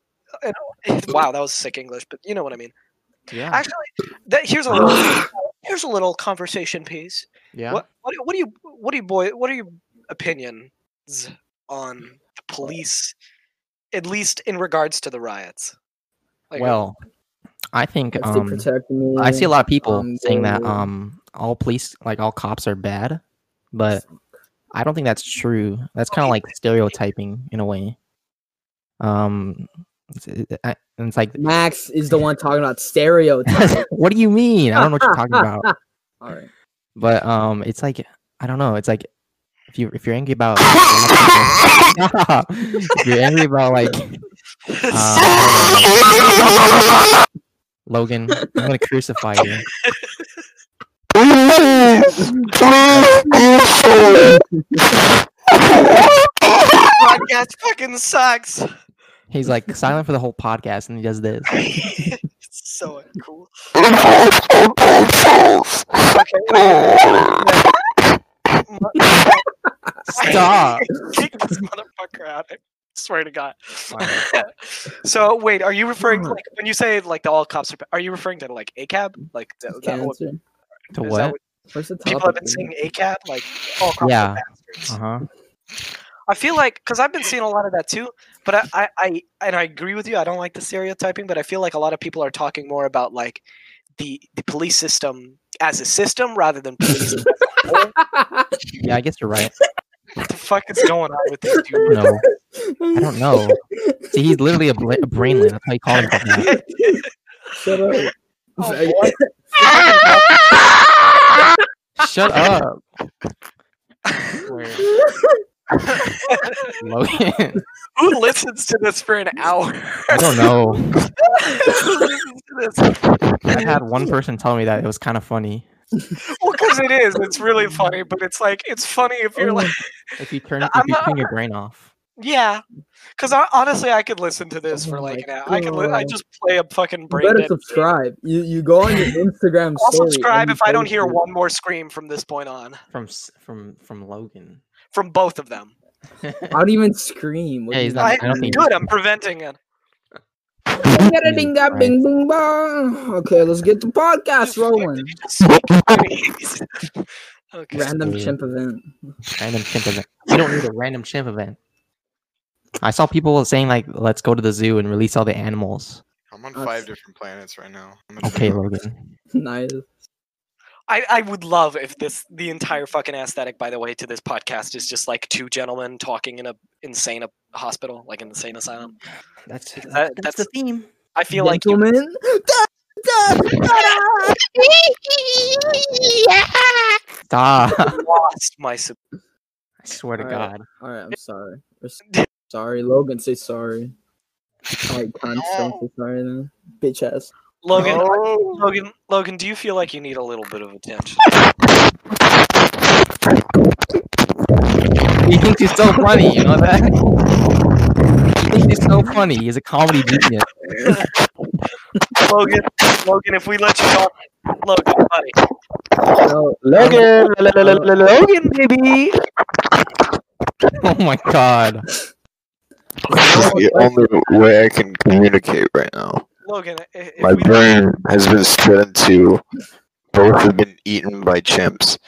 Speaker 4: you know, (laughs) wow, that was sick English, but you know what I mean.
Speaker 2: Yeah.
Speaker 4: Actually, that, here's a (gasps) little, here's a little conversation piece.
Speaker 2: yeah.
Speaker 4: What, what what do you what do you boy what are your opinions on the police, at least in regards to the riots? Like, (laughs)
Speaker 2: Well, I think
Speaker 1: If they
Speaker 2: um,
Speaker 1: protect me.
Speaker 2: I see a lot of people
Speaker 1: um,
Speaker 2: saying that
Speaker 1: the-
Speaker 2: um, all police, like all cops, are bad, but I don't think that's true. That's kind of
Speaker 4: Okay.
Speaker 2: like stereotyping in a way. Um, it's, it- I- and it's like,
Speaker 1: Max is the one talking about
Speaker 2: (laughs)
Speaker 1: stereotypes.
Speaker 2: what do you mean? I don't know what you're talking about.
Speaker 1: All right.
Speaker 2: But um, it's like I don't know. It's like if you if you're angry about (laughs) if you're angry about like uh, Logan, I'm gonna crucify you.
Speaker 4: podcast fucking sucks. (laughs)
Speaker 2: He's like silent for the whole podcast, and he does this.
Speaker 4: it's so cool.
Speaker 2: Stop.
Speaker 4: (laughs) Kick this motherfucker out. I swear to God.
Speaker 2: Wow.
Speaker 4: (laughs)
Speaker 2: Hmm.
Speaker 4: so wait, are you referring to like when you say like the all cops are ba- are you referring to like ACAB? Like the, is that what-
Speaker 1: Cancer.
Speaker 2: To
Speaker 4: is that
Speaker 2: what?
Speaker 1: Where's the
Speaker 4: people have
Speaker 1: topic,
Speaker 4: been
Speaker 1: man?
Speaker 4: seeing ACAB? Like all cops
Speaker 2: Yeah.
Speaker 4: are bastards.
Speaker 2: Uh (laughs) huh.
Speaker 4: I feel like because I've been seeing a lot of that too, but I, I, I and I agree with you. I don't like the stereotyping, but I feel like a lot of people are talking more about like the the police system as a system rather than police.
Speaker 2: Yeah, I guess you're right.
Speaker 4: What the fuck is going on with this dude?
Speaker 2: No,
Speaker 1: (laughs)
Speaker 2: I don't know. See, he's literally a, bla- a brainless. That's why you call him that.
Speaker 1: Shut up. (laughs)
Speaker 4: (laughs) Oh,
Speaker 2: (laughs) Shut up, Logan.
Speaker 4: Who listens to this for an hour? (laughs)
Speaker 2: I don't know.
Speaker 4: Who listens to this?
Speaker 2: I had one person tell me that it was kind of funny.
Speaker 4: Well, because it is. It's really funny, but it's like it's funny if you're like,
Speaker 2: If you turn, if
Speaker 4: I'm
Speaker 2: you
Speaker 4: not-
Speaker 2: turn your brain off.
Speaker 4: yeah. Because honestly, I could listen to this for
Speaker 1: Oh
Speaker 4: like an
Speaker 1: my
Speaker 4: hour. I could. Li- I
Speaker 1: God.
Speaker 4: just play a fucking
Speaker 1: You
Speaker 4: brain.
Speaker 1: better
Speaker 4: dead-
Speaker 1: subscribe. You you go on your Instagram
Speaker 4: I'll
Speaker 1: story and
Speaker 4: subscribe
Speaker 1: you
Speaker 4: if I don't
Speaker 1: post
Speaker 4: hear
Speaker 1: it.
Speaker 4: one more scream from this point on,
Speaker 2: from s- from from Logan.
Speaker 4: from both of them.
Speaker 1: I don't even scream. What
Speaker 2: Yeah,
Speaker 1: do
Speaker 2: he's
Speaker 1: you-
Speaker 2: not- I don't think-
Speaker 4: Good, I'm preventing it.
Speaker 1: Ding, dong, bing, bing, bong. Okay, let's get the podcast rolling.
Speaker 4: (laughs) okay.
Speaker 1: Random
Speaker 2: Sweet.
Speaker 1: chimp event. (laughs)
Speaker 2: Random chimp event. You don't need a random chimp event. I saw people saying like, "Let's go to the zoo and release all the animals."
Speaker 3: I'm on
Speaker 1: That's-
Speaker 3: five different planets right now. I'm in
Speaker 2: Okay,
Speaker 3: Venus.
Speaker 2: Logan.
Speaker 1: Nice.
Speaker 4: I, I would love if this the entire fucking aesthetic, by the way, to this podcast is just like two gentlemen talking in a insane a- hospital, like an insane asylum.
Speaker 2: That's
Speaker 4: That- that's the
Speaker 2: theme.
Speaker 4: I feel like you,
Speaker 1: Gentlemen. (laughs)
Speaker 2: Stop! I
Speaker 4: (laughs) lost my. sub-
Speaker 2: swear to
Speaker 1: Alright.
Speaker 2: God.
Speaker 1: All right, I'm sorry. We're s- sorry, Logan. Say sorry. All right,
Speaker 4: (laughs)
Speaker 1: cunts, don't say sorry then. Bitch ass.
Speaker 4: Logan,
Speaker 3: No.
Speaker 4: Logan, Logan, do you feel like you need a little bit of attention? (laughs)
Speaker 2: He thinks he's so funny. You know that? He thinks he's so funny. He's a comedy genius.
Speaker 4: Logan, Logan, if we let you talk, Logan, buddy,
Speaker 1: No,
Speaker 5: Logan, Logan, baby.
Speaker 2: Oh my God.
Speaker 3: This is the only way I can communicate right now.
Speaker 4: Logan, i- if
Speaker 3: My
Speaker 4: we let-
Speaker 3: brain has been split into both have been eaten by chimps,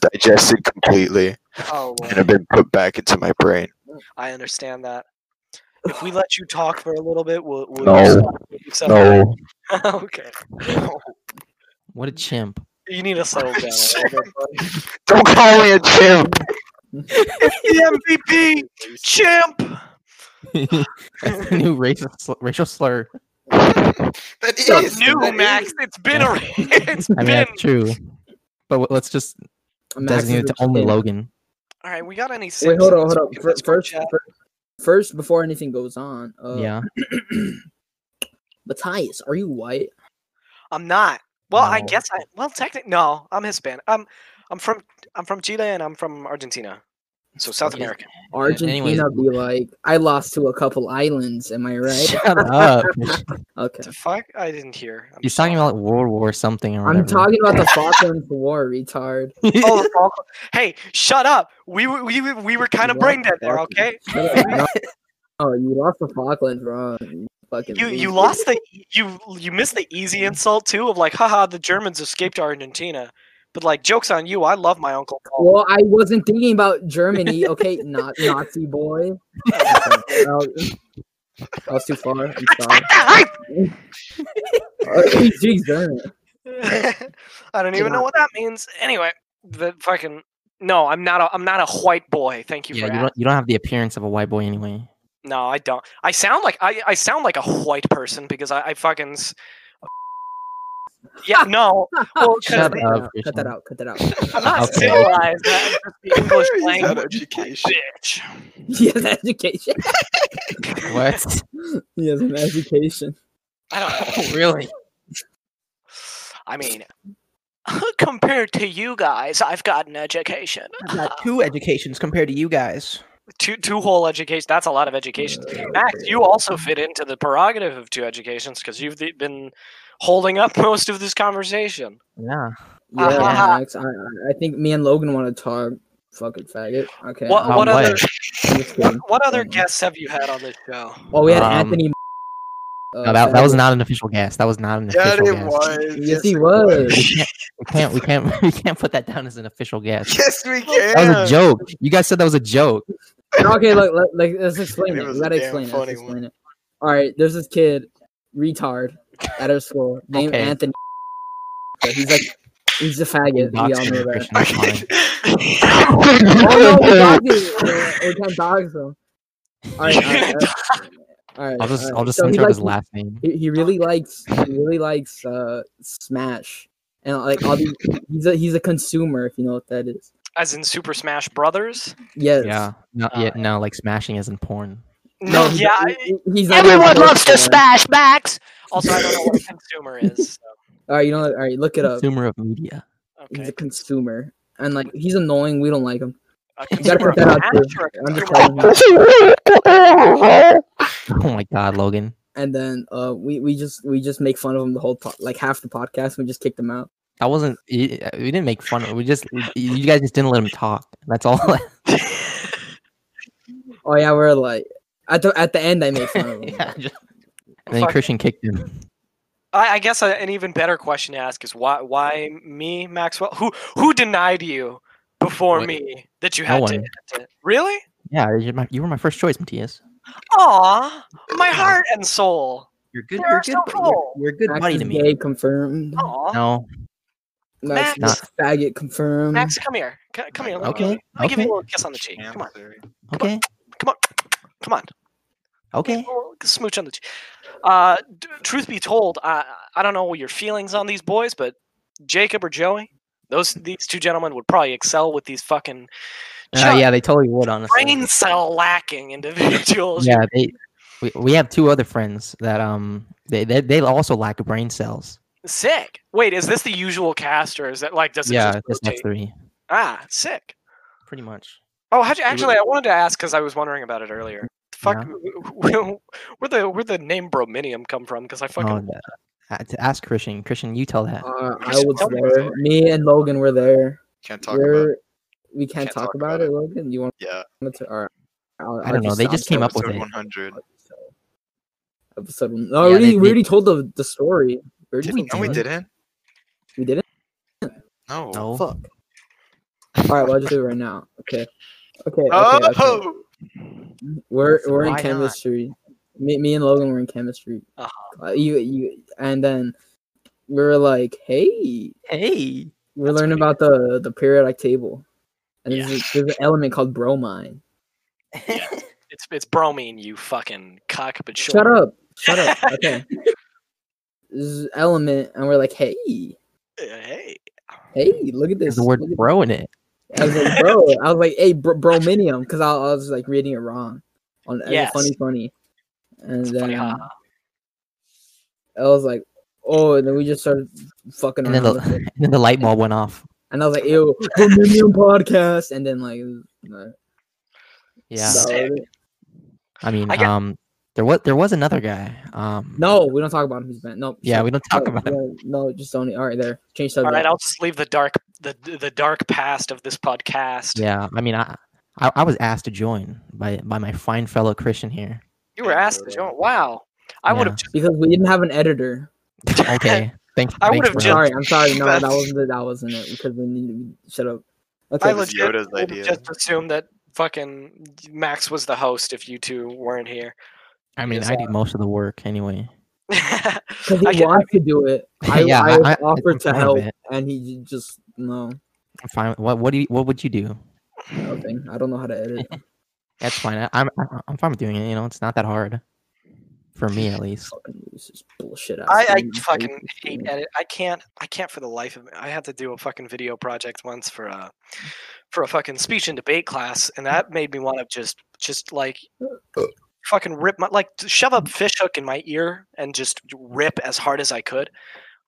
Speaker 3: digested completely,
Speaker 4: oh, Lord,
Speaker 3: and have been put back into my brain.
Speaker 4: I understand that. If (sighs) we let you talk for a little bit, we'll. we'll
Speaker 3: No.
Speaker 4: so,
Speaker 3: No,
Speaker 4: (laughs) okay.
Speaker 2: What a chimp.
Speaker 4: You need to settle down. a little bit, buddy.
Speaker 3: don't call me a chimp. (laughs)
Speaker 4: (laughs) the MVP, chimp.
Speaker 2: That's the new racial sl- racial slur.
Speaker 3: That
Speaker 4: It's not
Speaker 3: is
Speaker 4: new,
Speaker 3: that
Speaker 4: Max. It's been a. (laughs) It's
Speaker 2: I mean,
Speaker 4: been.
Speaker 2: that's true. But w- let's just designate it to only Logan.
Speaker 4: All right, we got any?
Speaker 1: Wait, hold on, hold
Speaker 4: Simpsons
Speaker 1: on.
Speaker 4: in
Speaker 1: Fir-
Speaker 4: this group
Speaker 1: First,
Speaker 4: chat?
Speaker 1: fir- first, before anything goes on, uh,
Speaker 2: yeah.
Speaker 1: Matthias, are you white?
Speaker 4: I'm not. Well, I
Speaker 2: No.
Speaker 4: guess I. Well, technically, no. I'm Hispanic. I'm. I'm from. I'm from Chile and I'm from Argentina, so South
Speaker 2: Okay.
Speaker 4: America.
Speaker 1: Argentina
Speaker 2: anyways-
Speaker 1: be like, I lost to a couple islands. Am I right?
Speaker 2: (laughs) Shut
Speaker 1: (laughs)
Speaker 2: up.
Speaker 1: Okay.
Speaker 4: The fuck? I didn't hear. I'm
Speaker 2: He's talking about like World War something or whatever.
Speaker 1: I'm
Speaker 2: (laughs)
Speaker 1: talking about the Falklands War, retard.
Speaker 4: sorry.
Speaker 1: (laughs)
Speaker 4: Oh, the Falkland- hey, shut up. We were we, were- we were kind of
Speaker 1: Yeah,
Speaker 4: brain dead there,
Speaker 1: Falklands.
Speaker 4: okay? (laughs)
Speaker 1: No, no, you lost the Falklands, bro. You fucking
Speaker 4: You you
Speaker 1: loser.
Speaker 4: lost the e, you you missed the easy insult too of like, haha, the Germans escaped Argentina. But like, jokes on you. I love my uncle. Paul.
Speaker 1: Well, I wasn't thinking about Germany. Okay, (laughs) not Nazi boy. Okay, well, that was too far.
Speaker 4: (laughs)
Speaker 1: I'm sorry. (laughs) Okay, geez, darn it.
Speaker 4: (laughs) I don't even know what that means. Anyway, the fucking no, I'm not a I'm not a white boy. Thank you
Speaker 2: yeah,
Speaker 4: for
Speaker 2: you
Speaker 4: asking.
Speaker 2: don't, you don't have the appearance of a white boy anyway.
Speaker 4: No, I don't. I sound like I, I sound like a white person because I, I fucking. s- Yeah, no,
Speaker 2: (laughs)
Speaker 4: well, 'cause
Speaker 2: Shut
Speaker 4: I'm
Speaker 2: up.
Speaker 1: Cut that
Speaker 2: Christian.
Speaker 1: out. Cut that out. (laughs)
Speaker 4: not (laughs)
Speaker 2: Okay.
Speaker 4: civilized. I'm just
Speaker 2: (laughs)
Speaker 4: the English
Speaker 3: He's out of
Speaker 4: language
Speaker 3: education.
Speaker 4: bitch.
Speaker 1: Yes,
Speaker 4: (laughs)
Speaker 1: education.
Speaker 2: (laughs) What?
Speaker 1: Yes, an education.
Speaker 4: I don't know.
Speaker 2: really?
Speaker 4: I mean, (laughs) compared to you guys, I've got an education.
Speaker 5: I've got two educations compared to you guys.
Speaker 4: Two two whole education. That's a lot of educations. Max, you also fit into the prerogative of two educations because you've th- been holding up (laughs) most of this conversation.
Speaker 2: Yeah.
Speaker 1: (laughs) Yeah,
Speaker 4: (laughs) Uh-huh.
Speaker 1: Max, I, I- I think me and Logan want to talk. Fucking faggot. Okay.
Speaker 4: What
Speaker 1: I'm
Speaker 4: what
Speaker 2: Um,
Speaker 4: other
Speaker 2: what?
Speaker 1: just
Speaker 4: what,
Speaker 1: kidding.
Speaker 4: (laughs) what other
Speaker 1: Mhm.
Speaker 4: guests have you had on this show?
Speaker 1: Oh, we had
Speaker 2: Um,
Speaker 1: Anthony.
Speaker 2: No,
Speaker 1: Uh,
Speaker 2: that, that was not an official guess. That was not an
Speaker 3: Yeah,
Speaker 2: official
Speaker 3: it
Speaker 2: guess.
Speaker 3: was.
Speaker 1: Yes, he was.
Speaker 2: We can't, we can't, we can't, (laughs) we can't put that down as an official guess.
Speaker 3: (laughs) Yes, we can.
Speaker 2: That was a joke. You guys said that was a joke.
Speaker 1: okay, look, let, like, let's explain
Speaker 3: It
Speaker 1: it.
Speaker 3: was
Speaker 1: We
Speaker 3: a
Speaker 1: gotta
Speaker 3: damn
Speaker 1: explain it.
Speaker 3: funny
Speaker 1: Let's explain it. All right, there's this kid, retard, at our school named
Speaker 2: Okay.
Speaker 1: Anthony. So he's like He's a faggot. We all know
Speaker 2: Doctrine of
Speaker 1: that.
Speaker 2: Krishna is
Speaker 3: (laughs)
Speaker 2: fine.
Speaker 1: Oh, no, we
Speaker 2: (laughs)
Speaker 1: dogged it. We- we can't dog him. All right, all right, all right.
Speaker 2: I'll just
Speaker 1: all
Speaker 2: I'll
Speaker 1: right.
Speaker 2: just
Speaker 1: So he
Speaker 2: censor out his
Speaker 1: likes-
Speaker 2: last name.
Speaker 1: He, he really likes he really likes uh Smash and like all these he's a he's a consumer if you know what that is.
Speaker 4: As in Super Smash Brothers?
Speaker 1: Yes.
Speaker 2: Yeah. No,
Speaker 4: Uh,
Speaker 2: yeah, no, like smashing isn't porn.
Speaker 4: No,
Speaker 1: he's-
Speaker 4: yeah. I,
Speaker 1: he- he's not even
Speaker 5: Everyone
Speaker 1: close
Speaker 5: loves to
Speaker 1: that.
Speaker 5: smash backs.
Speaker 4: also, I don't know what a consumer is.
Speaker 1: All right, you know, all right, look it up.
Speaker 2: Consumer of media.
Speaker 4: So,
Speaker 1: He's
Speaker 4: okay.
Speaker 1: a consumer, and like he's annoying. We don't like him.
Speaker 4: A
Speaker 1: You gotta
Speaker 4: consumer
Speaker 1: put
Speaker 4: of
Speaker 1: that out
Speaker 4: Smash or
Speaker 1: there.
Speaker 4: a
Speaker 1: I'm just
Speaker 4: consumer of
Speaker 1: telling you.
Speaker 2: Oh my god, Logan.
Speaker 1: And then uh, we we just we just make fun of him the whole po- like half the podcast. We just kicked him out.
Speaker 2: That wasn't we we didn't make fun of it. We just we- you guys just didn't let him talk. That's all. (laughs)
Speaker 4: (laughs)
Speaker 1: Oh yeah, we're like at the at the end. I made fun of him.
Speaker 2: yeah, just- and then
Speaker 4: Fuck.
Speaker 2: Christian kicked him.
Speaker 4: I, I guess a, an even better question to ask is why why me, Maxwell? Who who denied you before
Speaker 2: Wait.
Speaker 4: me that you
Speaker 2: No
Speaker 4: had to,
Speaker 2: one.
Speaker 4: had to- Really?
Speaker 2: Yeah, you're my, you were my first choice, Matthias.
Speaker 4: Aw, my heart and soul.
Speaker 2: You're good.
Speaker 4: You're so cool.
Speaker 2: You're a (laughs) good
Speaker 1: Max
Speaker 2: buddy
Speaker 1: is
Speaker 2: to
Speaker 1: Gay
Speaker 2: me. Oh,
Speaker 1: confirmed.
Speaker 4: Aw,
Speaker 2: No,
Speaker 1: Max,
Speaker 4: Max.
Speaker 1: is faggot confirmed.
Speaker 4: Max, come here. C- come here. Let me,
Speaker 2: Okay,
Speaker 4: let me give
Speaker 2: okay.
Speaker 4: you a little kiss on the cheek. Come on,
Speaker 2: okay,
Speaker 4: come on, come on.
Speaker 2: okay.
Speaker 4: Little Smooch on the cheek. Uh, d- truth be told, I I don't know your feelings on these boys, but Jacob or Joey, those these two gentlemen would probably excel with these fucking
Speaker 2: Uh,
Speaker 4: Chuck,
Speaker 2: yeah, they totally would, honestly.
Speaker 4: brain cell lacking (laughs) individuals.
Speaker 2: Yeah, they. We, we have two other friends that um they they, they also lack brain cells.
Speaker 4: Sick. Wait, is this the usual cast or is that like does it
Speaker 2: yeah, that's
Speaker 4: just
Speaker 2: that's
Speaker 4: rotate?
Speaker 2: three,
Speaker 4: Ah, sick.
Speaker 2: pretty much.
Speaker 4: Oh, how'd you,
Speaker 2: would-
Speaker 4: actually, I wanted to ask because I was wondering about it earlier. Fuck, (laughs) where the where the name Brominium come from? Because I fucking
Speaker 2: Oh, no. Uh, to ask Christian, Christian, you tell
Speaker 4: Oh.
Speaker 2: that.
Speaker 1: Uh, I
Speaker 3: Just
Speaker 1: was
Speaker 3: tell me the
Speaker 1: there.
Speaker 3: story.
Speaker 1: Me and Logan were there.
Speaker 3: Can't talk about.
Speaker 1: We're, we can't,
Speaker 3: Can't
Speaker 1: talk,
Speaker 3: talk
Speaker 1: about,
Speaker 3: about
Speaker 1: it,
Speaker 3: it.
Speaker 1: Logan. You want
Speaker 3: Yeah,
Speaker 1: to? All right. I'll,
Speaker 2: I don't know, they just came up with
Speaker 3: episode
Speaker 2: it.
Speaker 3: 100.
Speaker 1: Episode one. No,
Speaker 2: Yeah,
Speaker 1: we, already,
Speaker 2: they-
Speaker 1: we already told the, the story. We already
Speaker 3: Did,
Speaker 1: told
Speaker 3: no, we
Speaker 1: the-
Speaker 3: didn't.
Speaker 1: We didn't.
Speaker 3: No.
Speaker 2: No,
Speaker 1: Fuck. All right, well, I'll just do it right now. Okay. Okay. okay,
Speaker 3: Oh,
Speaker 1: okay. We're we're in
Speaker 2: Why not?
Speaker 1: chemistry. Me, me and Logan were in chemistry.
Speaker 4: Uh-huh.
Speaker 1: Uh, you you and then we were like, hey,
Speaker 2: hey,
Speaker 1: we're
Speaker 4: That's
Speaker 1: learning
Speaker 4: pretty
Speaker 1: about the the periodic table, and
Speaker 4: Yeah.
Speaker 1: there's, a- there's an element called bromine.
Speaker 4: it's it's bromine, you fucking cock. But sure.
Speaker 1: Shut up! Shut up!
Speaker 4: (laughs)
Speaker 1: Okay. This is element, and we're like, hey,
Speaker 4: Uh, Hey,
Speaker 1: hey, look at
Speaker 2: there's
Speaker 1: this.
Speaker 2: the word
Speaker 1: look at-
Speaker 2: bro in it. (laughs)
Speaker 1: I was like, bro, I was like, hey, bro, brominium, because I, I was like reading it wrong on as a
Speaker 4: Yes.
Speaker 1: funny funny, and
Speaker 4: it's
Speaker 1: then
Speaker 4: funny, huh?
Speaker 1: I was like, oh, and then we just started fucking
Speaker 2: And then
Speaker 1: around,
Speaker 2: the
Speaker 1: with it.
Speaker 2: and then the light bulb went off.
Speaker 1: and I was like, ew, brominium podcast, and then like, it was- no,
Speaker 2: Yeah,
Speaker 1: that was
Speaker 4: Sick.
Speaker 1: it.
Speaker 2: I mean,
Speaker 4: I get-
Speaker 2: um, there was there was another guy. Um,
Speaker 1: no, we don't talk about him. He's banned. No,
Speaker 2: yeah,
Speaker 1: shut
Speaker 2: we don't talk
Speaker 1: No,
Speaker 2: about it.
Speaker 1: no, no, just only. All right, there. Change
Speaker 4: All
Speaker 1: subject.
Speaker 4: right, I'll just leave the dark the the dark past of this podcast.
Speaker 2: Yeah, I mean, I, I I was asked to join by by my fine fellow Christian
Speaker 4: (laughs)
Speaker 2: here.
Speaker 4: You were asked to join. Wow, I would have.
Speaker 1: because we didn't have an editor.
Speaker 2: Okay, thanks.
Speaker 4: I
Speaker 2: thanks,
Speaker 4: would've
Speaker 2: bro.
Speaker 4: just-
Speaker 1: Sorry, I'm sorry. No, that
Speaker 3: That's-
Speaker 1: wasn't it. That wasn't it. Because we need to shut up.
Speaker 4: I
Speaker 1: Okay.
Speaker 3: was
Speaker 4: legit
Speaker 3: Yoda's
Speaker 4: would've
Speaker 3: idea.
Speaker 4: just assumed that fucking Max was the host if you two weren't here. (laughs)
Speaker 2: I mean,
Speaker 4: just,
Speaker 2: I do most of the work anyway.
Speaker 1: Because
Speaker 4: I
Speaker 1: he
Speaker 4: get-
Speaker 1: wants to do
Speaker 4: (laughs)
Speaker 1: it. I,
Speaker 2: Yeah,
Speaker 1: I,
Speaker 2: I- I-
Speaker 1: offered
Speaker 2: I'm
Speaker 1: to
Speaker 2: fine with
Speaker 1: help,
Speaker 2: it.
Speaker 1: and he just no
Speaker 2: I'm fine. What what do you what would you do?
Speaker 1: nothing. I don't know how to edit.
Speaker 2: That's fine. I, I'm I- I'm fine with doing it. You know, it's not that hard for me at least.
Speaker 1: fucking lose this bullshit. ass
Speaker 4: I,
Speaker 1: thing.
Speaker 4: I fucking
Speaker 1: this
Speaker 4: hate
Speaker 1: thing.
Speaker 4: edit. I can't. I can't for the life of me. I had to do a fucking video project once for a for a fucking speech and debate class, and that made me want to just just like fucking rip my like to shove a fish hook in my ear and just rip as hard as I could.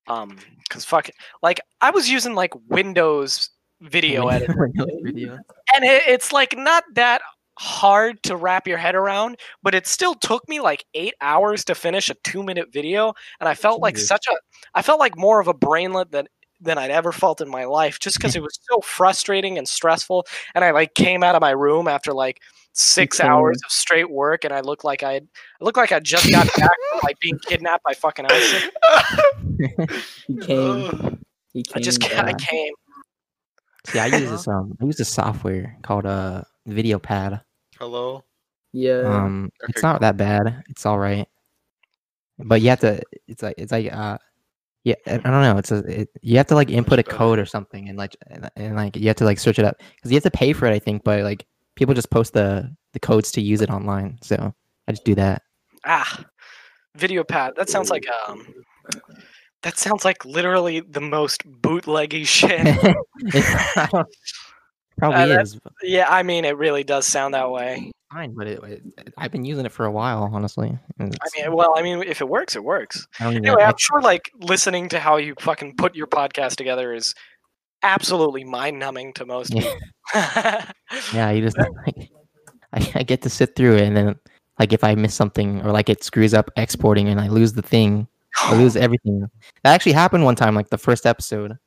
Speaker 4: Um, cause fuck, like I was using like Windows
Speaker 2: (laughs)
Speaker 4: video editor
Speaker 2: editor.
Speaker 4: and it, it's like not that hard to wrap your head around but it still took me like eight hours to finish a two minute video and i felt like
Speaker 2: Jesus.
Speaker 4: such a i felt like more of a brainlet than than i'd ever felt in my life just because it was so frustrating and stressful and i like came out of my room after like six
Speaker 1: Okay.
Speaker 4: hours of straight work and i looked like i had I looked like i just got back from like being kidnapped by fucking ISIS.
Speaker 1: He came. He came.
Speaker 4: i just ca- i
Speaker 1: back.
Speaker 4: came
Speaker 2: Yeah, I
Speaker 4: (laughs)
Speaker 2: use this um I use this software called uh Video Pad.
Speaker 3: Hello.
Speaker 4: Uh,
Speaker 1: Yeah.
Speaker 2: Um, it's
Speaker 3: Okay,
Speaker 2: not that bad. It's all right. But you have to. It's like it's like uh, Yeah, I I don't know. It's a, it, you have to like input a code or something, and like and, and, like you have to like search it up because you have to pay for it, I think. But like people just post the the codes to use it online, so I just do
Speaker 4: (laughs)
Speaker 2: that.
Speaker 4: Ah, video pad. That sounds like um, that sounds like literally the most bootleggy
Speaker 2: (laughs)
Speaker 4: (laughs) shit.
Speaker 2: I don't- probably
Speaker 4: Uh, that-
Speaker 2: is
Speaker 4: yeah, I mean, it really does sound that way.
Speaker 2: fine, but it, it- I've been using it for a while, honestly. and
Speaker 4: I
Speaker 2: it's-
Speaker 4: mean, well, I mean, if it works, it works.
Speaker 2: I don't even know-
Speaker 4: Anyway,
Speaker 2: I-
Speaker 4: I'm sure like listening to how you fucking put your podcast together is absolutely mind numbing to most
Speaker 2: Yeah.
Speaker 4: people. (laughs)
Speaker 2: Yeah, you just like, (laughs) I, I get to sit through it, and then like if I miss something or like it screws up exporting and I lose the thing, I lose everything. That actually happened one time, like the first episode.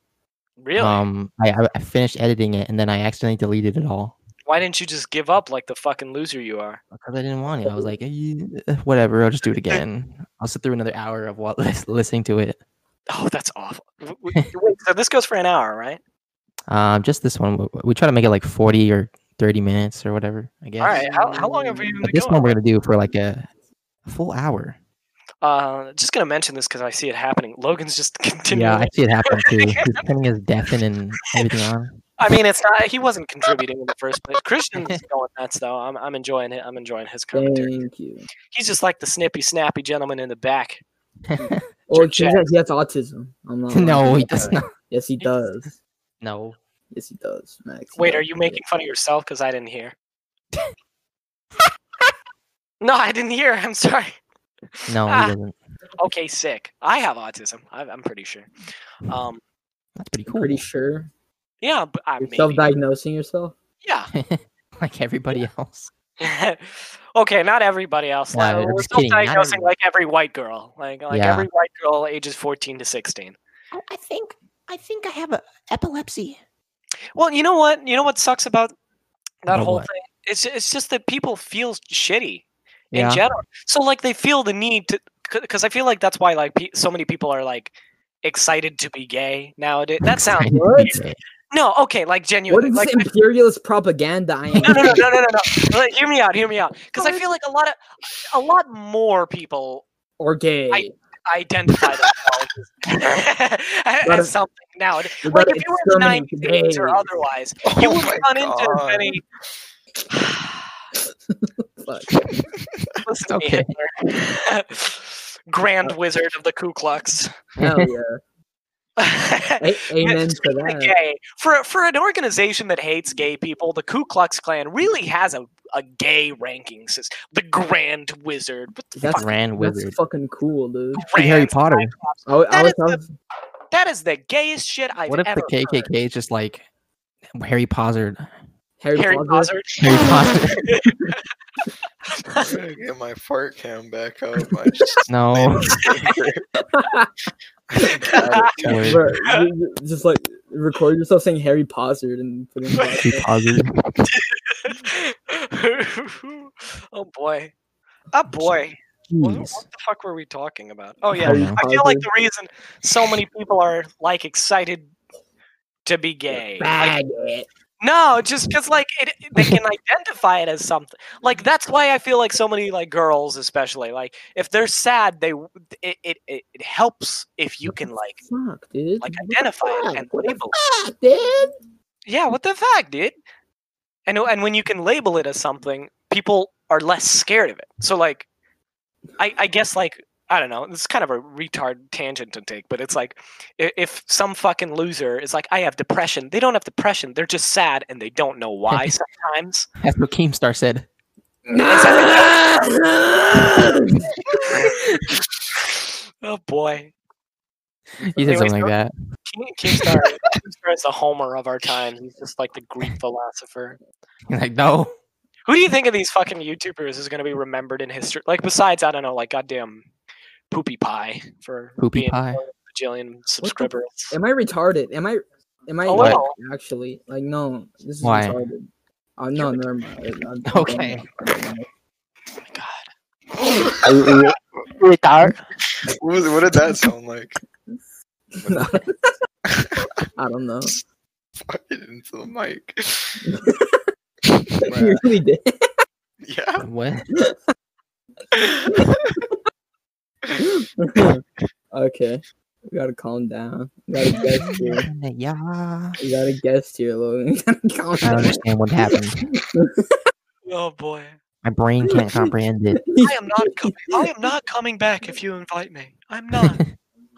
Speaker 4: really?
Speaker 2: Um, I, I- I finished editing it and then I accidentally deleted it all
Speaker 4: Why didn't you just give up like the fucking loser you are?
Speaker 2: because I didn't want it. I was like, "Eh, eh, whatever, I'll just do it again. I'll sit through another hour of what (laughs) listening to it.
Speaker 4: Oh, that's awful. W- w- Wait, so this goes for an hour, right?
Speaker 2: Um, just this one. w- We try to make it like forty or thirty minutes or whatever. I guess.
Speaker 4: All right. How, how long have we been
Speaker 2: But this
Speaker 4: going?
Speaker 2: one we're gonna do for like a, a full hour.
Speaker 4: Uh, just gonna mention this because I see it happening. Logan's just (laughs) continuing.
Speaker 2: Yeah, I see it happen
Speaker 4: (laughs)
Speaker 2: too. He's turning his deafening and everything on.
Speaker 4: I mean, it's not. He wasn't contributing in the first place. Christian's going nuts though. I'm, I'm enjoying it. I'm enjoying his commentary.
Speaker 1: Thank you.
Speaker 4: He's just like the snippy, snappy gentleman in the back.
Speaker 1: Or
Speaker 4: Jack
Speaker 1: he has, he has autism. I'm
Speaker 2: (laughs)
Speaker 1: not.
Speaker 2: no,
Speaker 1: lying.
Speaker 2: he does not.
Speaker 1: Yes, he does.
Speaker 2: No.
Speaker 1: Yes, he does. Max. he
Speaker 4: Wait,
Speaker 1: does.
Speaker 4: are you making fun of yourself? Because I didn't hear. (laughs) no, I didn't hear. I'm sorry.
Speaker 2: No,
Speaker 4: Ah.
Speaker 2: he doesn't.
Speaker 4: Okay, sick. I have autism. I, I'm pretty sure. Um,
Speaker 2: That's pretty cool.
Speaker 1: Pretty sure.
Speaker 4: yeah, but I
Speaker 1: You're
Speaker 4: maybe.
Speaker 1: self-diagnosing yourself.
Speaker 4: Yeah.
Speaker 2: (laughs) like everybody else.
Speaker 4: (laughs) okay, not everybody else.
Speaker 2: Yeah,
Speaker 4: though.
Speaker 2: I'm
Speaker 4: We're
Speaker 2: just kidding, not
Speaker 4: diagnosing
Speaker 2: everybody.
Speaker 4: like every white girl, like like
Speaker 2: Yeah.
Speaker 4: every white girl ages 14 to 16.
Speaker 2: I, I think I think I have a epilepsy.
Speaker 4: Well, you know what? You know what sucks about that
Speaker 2: About
Speaker 4: whole
Speaker 2: what?
Speaker 4: thing? It's it's just that people feel shitty.
Speaker 2: Yeah. (laughs)
Speaker 4: in general. So like they feel the need to because I feel like that's why like pe- so many people are like excited to be gay nowadays. That sounds
Speaker 2: Excited to
Speaker 1: What?
Speaker 2: be gay.
Speaker 4: no okay like
Speaker 1: What
Speaker 4: genuinely
Speaker 1: is
Speaker 4: like
Speaker 1: this imperialist propaganda? I am.
Speaker 4: (laughs) no no no no no no no. Like, hear me out hear me out because I feel like a lot of a lot more people
Speaker 1: Or gay.
Speaker 4: I-
Speaker 2: (laughs)
Speaker 4: identify themselves as,
Speaker 1: Gotta-
Speaker 4: as something nowadays.
Speaker 1: We
Speaker 4: Like
Speaker 1: gotta
Speaker 4: if you were in the
Speaker 1: exterminate
Speaker 4: nineteen eighties or
Speaker 1: gays.
Speaker 4: otherwise, you
Speaker 3: Oh
Speaker 4: wouldn't
Speaker 3: my
Speaker 4: run into as
Speaker 6: (laughs)
Speaker 3: God.
Speaker 4: many. (sighs)
Speaker 1: Fuck.
Speaker 4: (laughs) Listen to
Speaker 2: okay.
Speaker 4: me, Hitler. (laughs) Grand wizard of the Ku Klux. (laughs)
Speaker 2: (laughs)
Speaker 1: Hell yeah. A- amen to
Speaker 4: Speaking of
Speaker 1: that.
Speaker 4: gay, for for an organization that hates gay people, the Ku Klux Klan really has a, a gay ranking system. The Grand Wizard. What the
Speaker 1: That's-
Speaker 4: fuck?
Speaker 2: Grand Wizard.
Speaker 1: That's fucking cool, dude.
Speaker 2: Like
Speaker 4: Grand
Speaker 2: Harry Potter.
Speaker 4: Cyclops.
Speaker 1: I, I
Speaker 4: That
Speaker 1: was
Speaker 4: is the- That is the gayest shit I've
Speaker 2: What if
Speaker 4: ever
Speaker 2: the KKK is just like Harry Potter?
Speaker 1: Harry,
Speaker 4: heard.
Speaker 1: (laughs)
Speaker 4: Harry
Speaker 1: Potter.
Speaker 4: Potter.
Speaker 2: (laughs) Harry Potter.
Speaker 4: (laughs)
Speaker 3: I'm gonna get my fart cam back up. I just
Speaker 1: (laughs)
Speaker 2: (laughs) no.
Speaker 3: got it coming.
Speaker 1: Bro, you- you just like record yourself saying Harry Potter and put in.
Speaker 2: Harry Potter.
Speaker 4: (laughs) oh boy. Oh boy. What,
Speaker 2: (laughs)
Speaker 4: what
Speaker 2: Jeez.
Speaker 4: the fuck were we talking about? Oh yeah.
Speaker 1: Harry
Speaker 4: I feel like
Speaker 1: Potter.
Speaker 4: the reason so many people are like excited to be gay. Like,
Speaker 1: Bag it.
Speaker 4: No, just because like it, it- they can identify it as something. Like that's why I feel like so many like girls, especially like if they're sad, they w- it it, it, it helps if you can like
Speaker 1: Fuck, dude. What
Speaker 4: like
Speaker 1: the
Speaker 4: identify it
Speaker 1: fuck?
Speaker 4: and
Speaker 1: What the
Speaker 4: label. it.
Speaker 1: fuck, dude?
Speaker 4: Yeah, what the fuck, dude? And and when you can label it as something, people are less scared of it. So like, I I guess like. I don't know. It's kind of a retard tangent to take, but it's like i- if some fucking loser is like, I have depression. They don't have depression. They're just sad and they don't (laughs) know why sometimes.
Speaker 2: That's what Keemstar
Speaker 4: (laughs)
Speaker 2: said.
Speaker 4: oh boy,
Speaker 2: He said
Speaker 4: Anyways,
Speaker 2: something like that.
Speaker 4: King- Kingstar, Kingstar is the Homer of our time. He's just like the Greek philosopher.
Speaker 2: like, no.
Speaker 4: Who do you think of these fucking YouTubers is going to be remembered in history? Like besides, I don't know, like goddamn Poopy Pie for
Speaker 2: Poopy
Speaker 4: being (laughs)
Speaker 2: pie.
Speaker 4: a bajillion subscribers.
Speaker 1: Am I retarded? Am I? Am I?
Speaker 4: Oh, What?
Speaker 1: Actually, like no, this is
Speaker 2: Why?
Speaker 1: retarded. Oh no, never mind.
Speaker 4: (laughs)
Speaker 1: I'm- I'm-
Speaker 2: Okay.
Speaker 4: Oh my god.
Speaker 3: What what did that sound
Speaker 6: (laughs)
Speaker 3: like?
Speaker 2: (laughs)
Speaker 1: No. (laughs) I don't know.
Speaker 3: Fuck it into the
Speaker 1: (laughs)
Speaker 3: mic.
Speaker 1: you really did.
Speaker 3: yeah.
Speaker 1: (laughs)
Speaker 2: What?
Speaker 1: okay. We gotta calm down. We got a
Speaker 2: (laughs)
Speaker 1: guest here.
Speaker 2: yeah.
Speaker 1: We got a guest here, Logan. (laughs) We gotta calm
Speaker 2: I don't
Speaker 1: down.
Speaker 2: understand what happened.
Speaker 4: Oh boy.
Speaker 2: My brain can't comprehend it.
Speaker 4: I am not coming. I am not coming back if you invite me.
Speaker 2: (laughs)
Speaker 4: I'm not.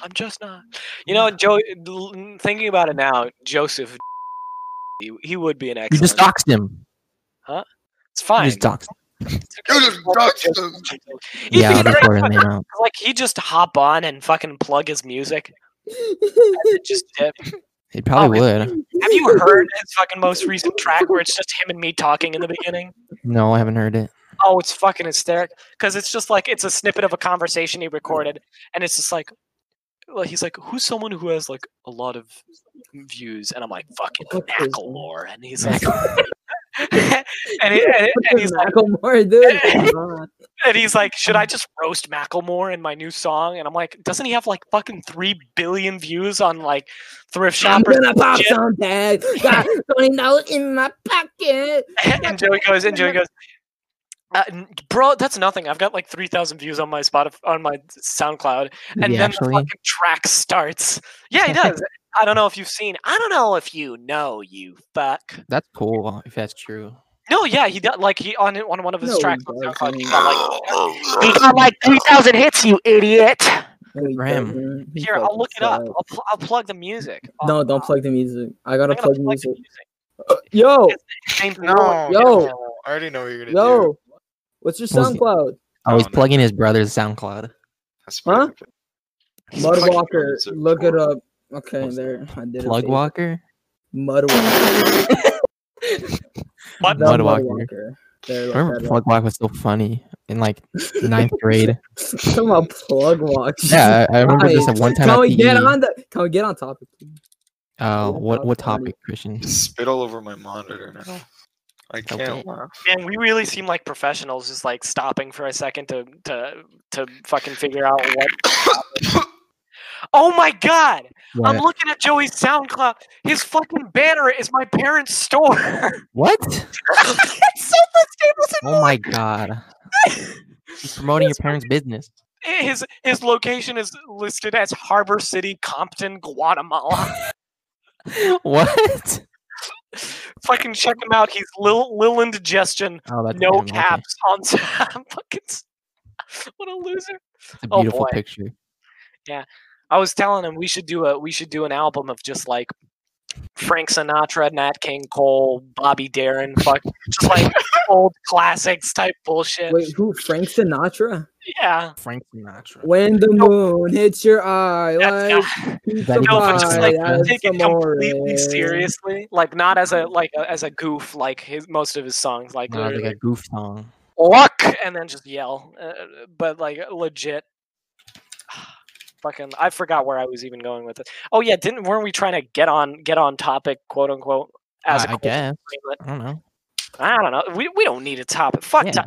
Speaker 4: I'm just not. You know, Joe. l- Thinking about it now, Joseph. He, he would be an
Speaker 2: You
Speaker 4: excellent.
Speaker 2: just doxed him.
Speaker 4: it's
Speaker 2: You
Speaker 4: fine.
Speaker 2: just doxed him.
Speaker 4: It's okay. He'd be
Speaker 2: Yeah,
Speaker 4: a great
Speaker 2: that's where
Speaker 4: fucking-
Speaker 2: they know.
Speaker 4: Like he just hop on and fucking plug his music. and Just dip.
Speaker 2: It probably would.
Speaker 4: have you heard his fucking most recent track where it's just him and me talking in the beginning?
Speaker 2: No, I haven't heard it.
Speaker 4: Oh, it's fucking hysterical because it's just like it's a snippet of a conversation he recorded, and it's just like, well, he's like, who's someone who has like a lot of views, and I'm like, fucking
Speaker 1: What is that?
Speaker 4: Macklemore, and he's like, (laughs) and, he- and- and he's like,
Speaker 1: Macklemore, dude. Come on.
Speaker 4: and he's like, should I just roast Macklemore in my new song? And I'm like, doesn't he have like fucking three billion views on like thrift
Speaker 1: I'm
Speaker 4: shop or
Speaker 1: gonna pop
Speaker 4: shit?
Speaker 1: some tags.
Speaker 4: (laughs)
Speaker 1: Got twenty dollars in my pocket.
Speaker 4: and Joey goes, and Joey goes, uh, n- bro, that's nothing. I've got like three thousand views on my Spotify, on my SoundCloud,
Speaker 2: Does
Speaker 4: and
Speaker 2: he
Speaker 4: then the
Speaker 2: actually?
Speaker 4: fucking track starts. Yeah,
Speaker 1: (laughs)
Speaker 4: he does. I don't know if you've seen. I don't know if you know. You fuck.
Speaker 2: That's cool if that's true.
Speaker 4: No, yeah, he does. Like he on on one of his
Speaker 1: No, he
Speaker 4: tracks on
Speaker 1: doesn't.
Speaker 4: SoundCloud, he got like
Speaker 2: Oh,
Speaker 5: He got like 3,000 hits, you idiot.
Speaker 1: No, he
Speaker 2: for him.
Speaker 1: doesn't. He
Speaker 4: here. I'll
Speaker 1: fucking
Speaker 4: look it up.
Speaker 1: sucks.
Speaker 4: I'll, pl- I'll plug the music. Oh,
Speaker 1: No, don't
Speaker 4: wow.
Speaker 1: plug the music. I
Speaker 4: I'm
Speaker 1: gotta
Speaker 4: gonna
Speaker 1: plug the
Speaker 4: plug the
Speaker 1: music. Yo,
Speaker 4: music. Name's
Speaker 6: No,
Speaker 4: Lord.
Speaker 1: Yo.
Speaker 6: no, I already know what you're gonna do.
Speaker 1: yo, what's your
Speaker 2: What was it?
Speaker 1: SoundCloud?
Speaker 2: Oh, he's
Speaker 6: Oh, no.
Speaker 2: plugging his brother's SoundCloud.
Speaker 6: That's
Speaker 1: Huh?
Speaker 6: pretty- He's
Speaker 1: Mud
Speaker 6: plugging
Speaker 1: Walker.
Speaker 6: yours
Speaker 1: Look it
Speaker 6: for-
Speaker 1: up. Okay,
Speaker 2: What's
Speaker 1: there. I did it.
Speaker 2: Plug
Speaker 1: baby.
Speaker 2: Walker?
Speaker 1: Mud Walker.
Speaker 4: Mud-
Speaker 1: The
Speaker 2: Mud
Speaker 1: Mud
Speaker 2: Walker.
Speaker 1: Walker. There,
Speaker 2: I
Speaker 1: look
Speaker 2: remember
Speaker 1: that
Speaker 2: Plug Walk was so funny in like
Speaker 1: (laughs)
Speaker 2: (laughs) ninth grade.
Speaker 1: up. Talking about plug walk. (laughs)
Speaker 2: yeah, I, I remember this
Speaker 1: Guys,
Speaker 2: at one time.
Speaker 1: Can
Speaker 2: at
Speaker 1: we get
Speaker 2: PE.
Speaker 1: on the? Can we get on topic? please?
Speaker 2: Uh,
Speaker 1: Yeah,
Speaker 2: what
Speaker 1: that's
Speaker 2: what
Speaker 1: funny.
Speaker 2: topic, Christian?
Speaker 6: Spit all over my monitor now. I can't laugh.
Speaker 4: Man, we really seem like professionals, just like stopping for a second to to to fucking figure out what. oh my god! I'm
Speaker 2: What?
Speaker 4: looking at Joey's SoundCloud. His fucking banner is my parents' store.
Speaker 2: what? (laughs)
Speaker 4: it's Southwest Staples and
Speaker 2: Oh my (laughs) god! He's promoting your parents' business.
Speaker 4: (laughs) his his location is listed as Harbor City, Compton, Guatemala. (laughs)
Speaker 2: What?
Speaker 4: fucking check him out. He's Lil Lil Indigestion,
Speaker 2: Oh, that's
Speaker 4: no
Speaker 2: him, okay.
Speaker 4: caps on (laughs) sound. fucking. s- (laughs) What a loser!
Speaker 2: It's a
Speaker 4: Oh,
Speaker 2: beautiful
Speaker 4: boy.
Speaker 2: picture.
Speaker 4: I was telling him we should do a we should do an album of just like Frank Sinatra, Nat King Cole, Bobby Darin, fuck,
Speaker 1: (laughs)
Speaker 4: just like old classics type bullshit.
Speaker 1: Wait, who? Frank Sinatra?
Speaker 4: Yeah,
Speaker 2: Frank Sinatra.
Speaker 1: When the moon hits your eye,
Speaker 4: that's,
Speaker 1: like
Speaker 4: yeah.
Speaker 1: pizza
Speaker 2: No,
Speaker 4: no, but just
Speaker 1: pie,
Speaker 4: like
Speaker 1: that's
Speaker 4: take it
Speaker 1: amore.
Speaker 4: completely seriously, like not as a like a, as a goof, like his most of his songs, like
Speaker 2: No, like
Speaker 4: literally,
Speaker 2: a goof song.
Speaker 4: luck, and then just yell, uh, but like legit. (sighs) Fucking, I forgot where I was even going with it. Oh yeah, didn't weren't we trying to get on get on topic, quote unquote,
Speaker 2: I Uh,
Speaker 4: as a
Speaker 2: I
Speaker 4: culture?
Speaker 2: guess.
Speaker 4: Greenlit.
Speaker 2: I don't know.
Speaker 4: I don't know. We, we don't need a topic. Fuck
Speaker 2: Yeah.
Speaker 4: top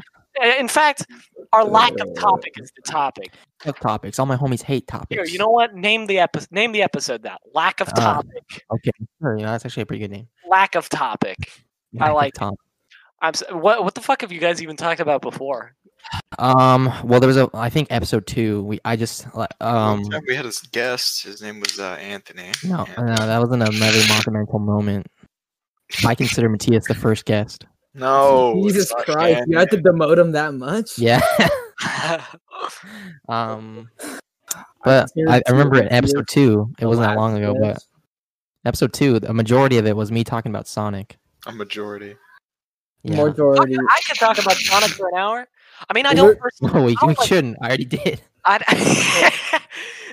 Speaker 4: In fact, our lack of
Speaker 1: Uh,
Speaker 4: topic is the topic.
Speaker 2: Fuck topics. All my homies hate topics.
Speaker 4: Here, you know what? Name the episode. Name the episode that lack of
Speaker 2: Ah.
Speaker 4: topic.
Speaker 2: Okay. Sure, you know, that's actually a pretty good name.
Speaker 4: Lack of topic. I
Speaker 2: Active
Speaker 4: like-
Speaker 2: Tom.
Speaker 4: I'm. s- What what the fuck have you guys even talked about before? (laughs)
Speaker 2: Um. Well, there was a. I think episode two. We. I just. like,
Speaker 6: One
Speaker 2: Um.
Speaker 6: time we had this guest. His name was uh, Anthony.
Speaker 2: No. No.
Speaker 6: and-
Speaker 2: That was another monumental moment. I consider Matthias the first guest.
Speaker 6: no. it's
Speaker 1: Jesus
Speaker 6: not
Speaker 1: Christ, you have to
Speaker 6: Anthony.
Speaker 1: demote him that much?
Speaker 2: Yeah. (laughs) um. But I, I remember in episode two. It wasn't that long ago, but episode two, a majority of it was me talking about Sonic.
Speaker 6: A majority.
Speaker 2: Yeah. (laughs)
Speaker 1: Majority.
Speaker 4: I could talk about Sonic for an hour. I mean, I
Speaker 1: Is
Speaker 4: don't
Speaker 1: it-
Speaker 4: personally.
Speaker 2: No, we,
Speaker 4: I
Speaker 2: we
Speaker 4: don't like-
Speaker 2: shouldn't. I already (laughs) did.
Speaker 4: (laughs) I,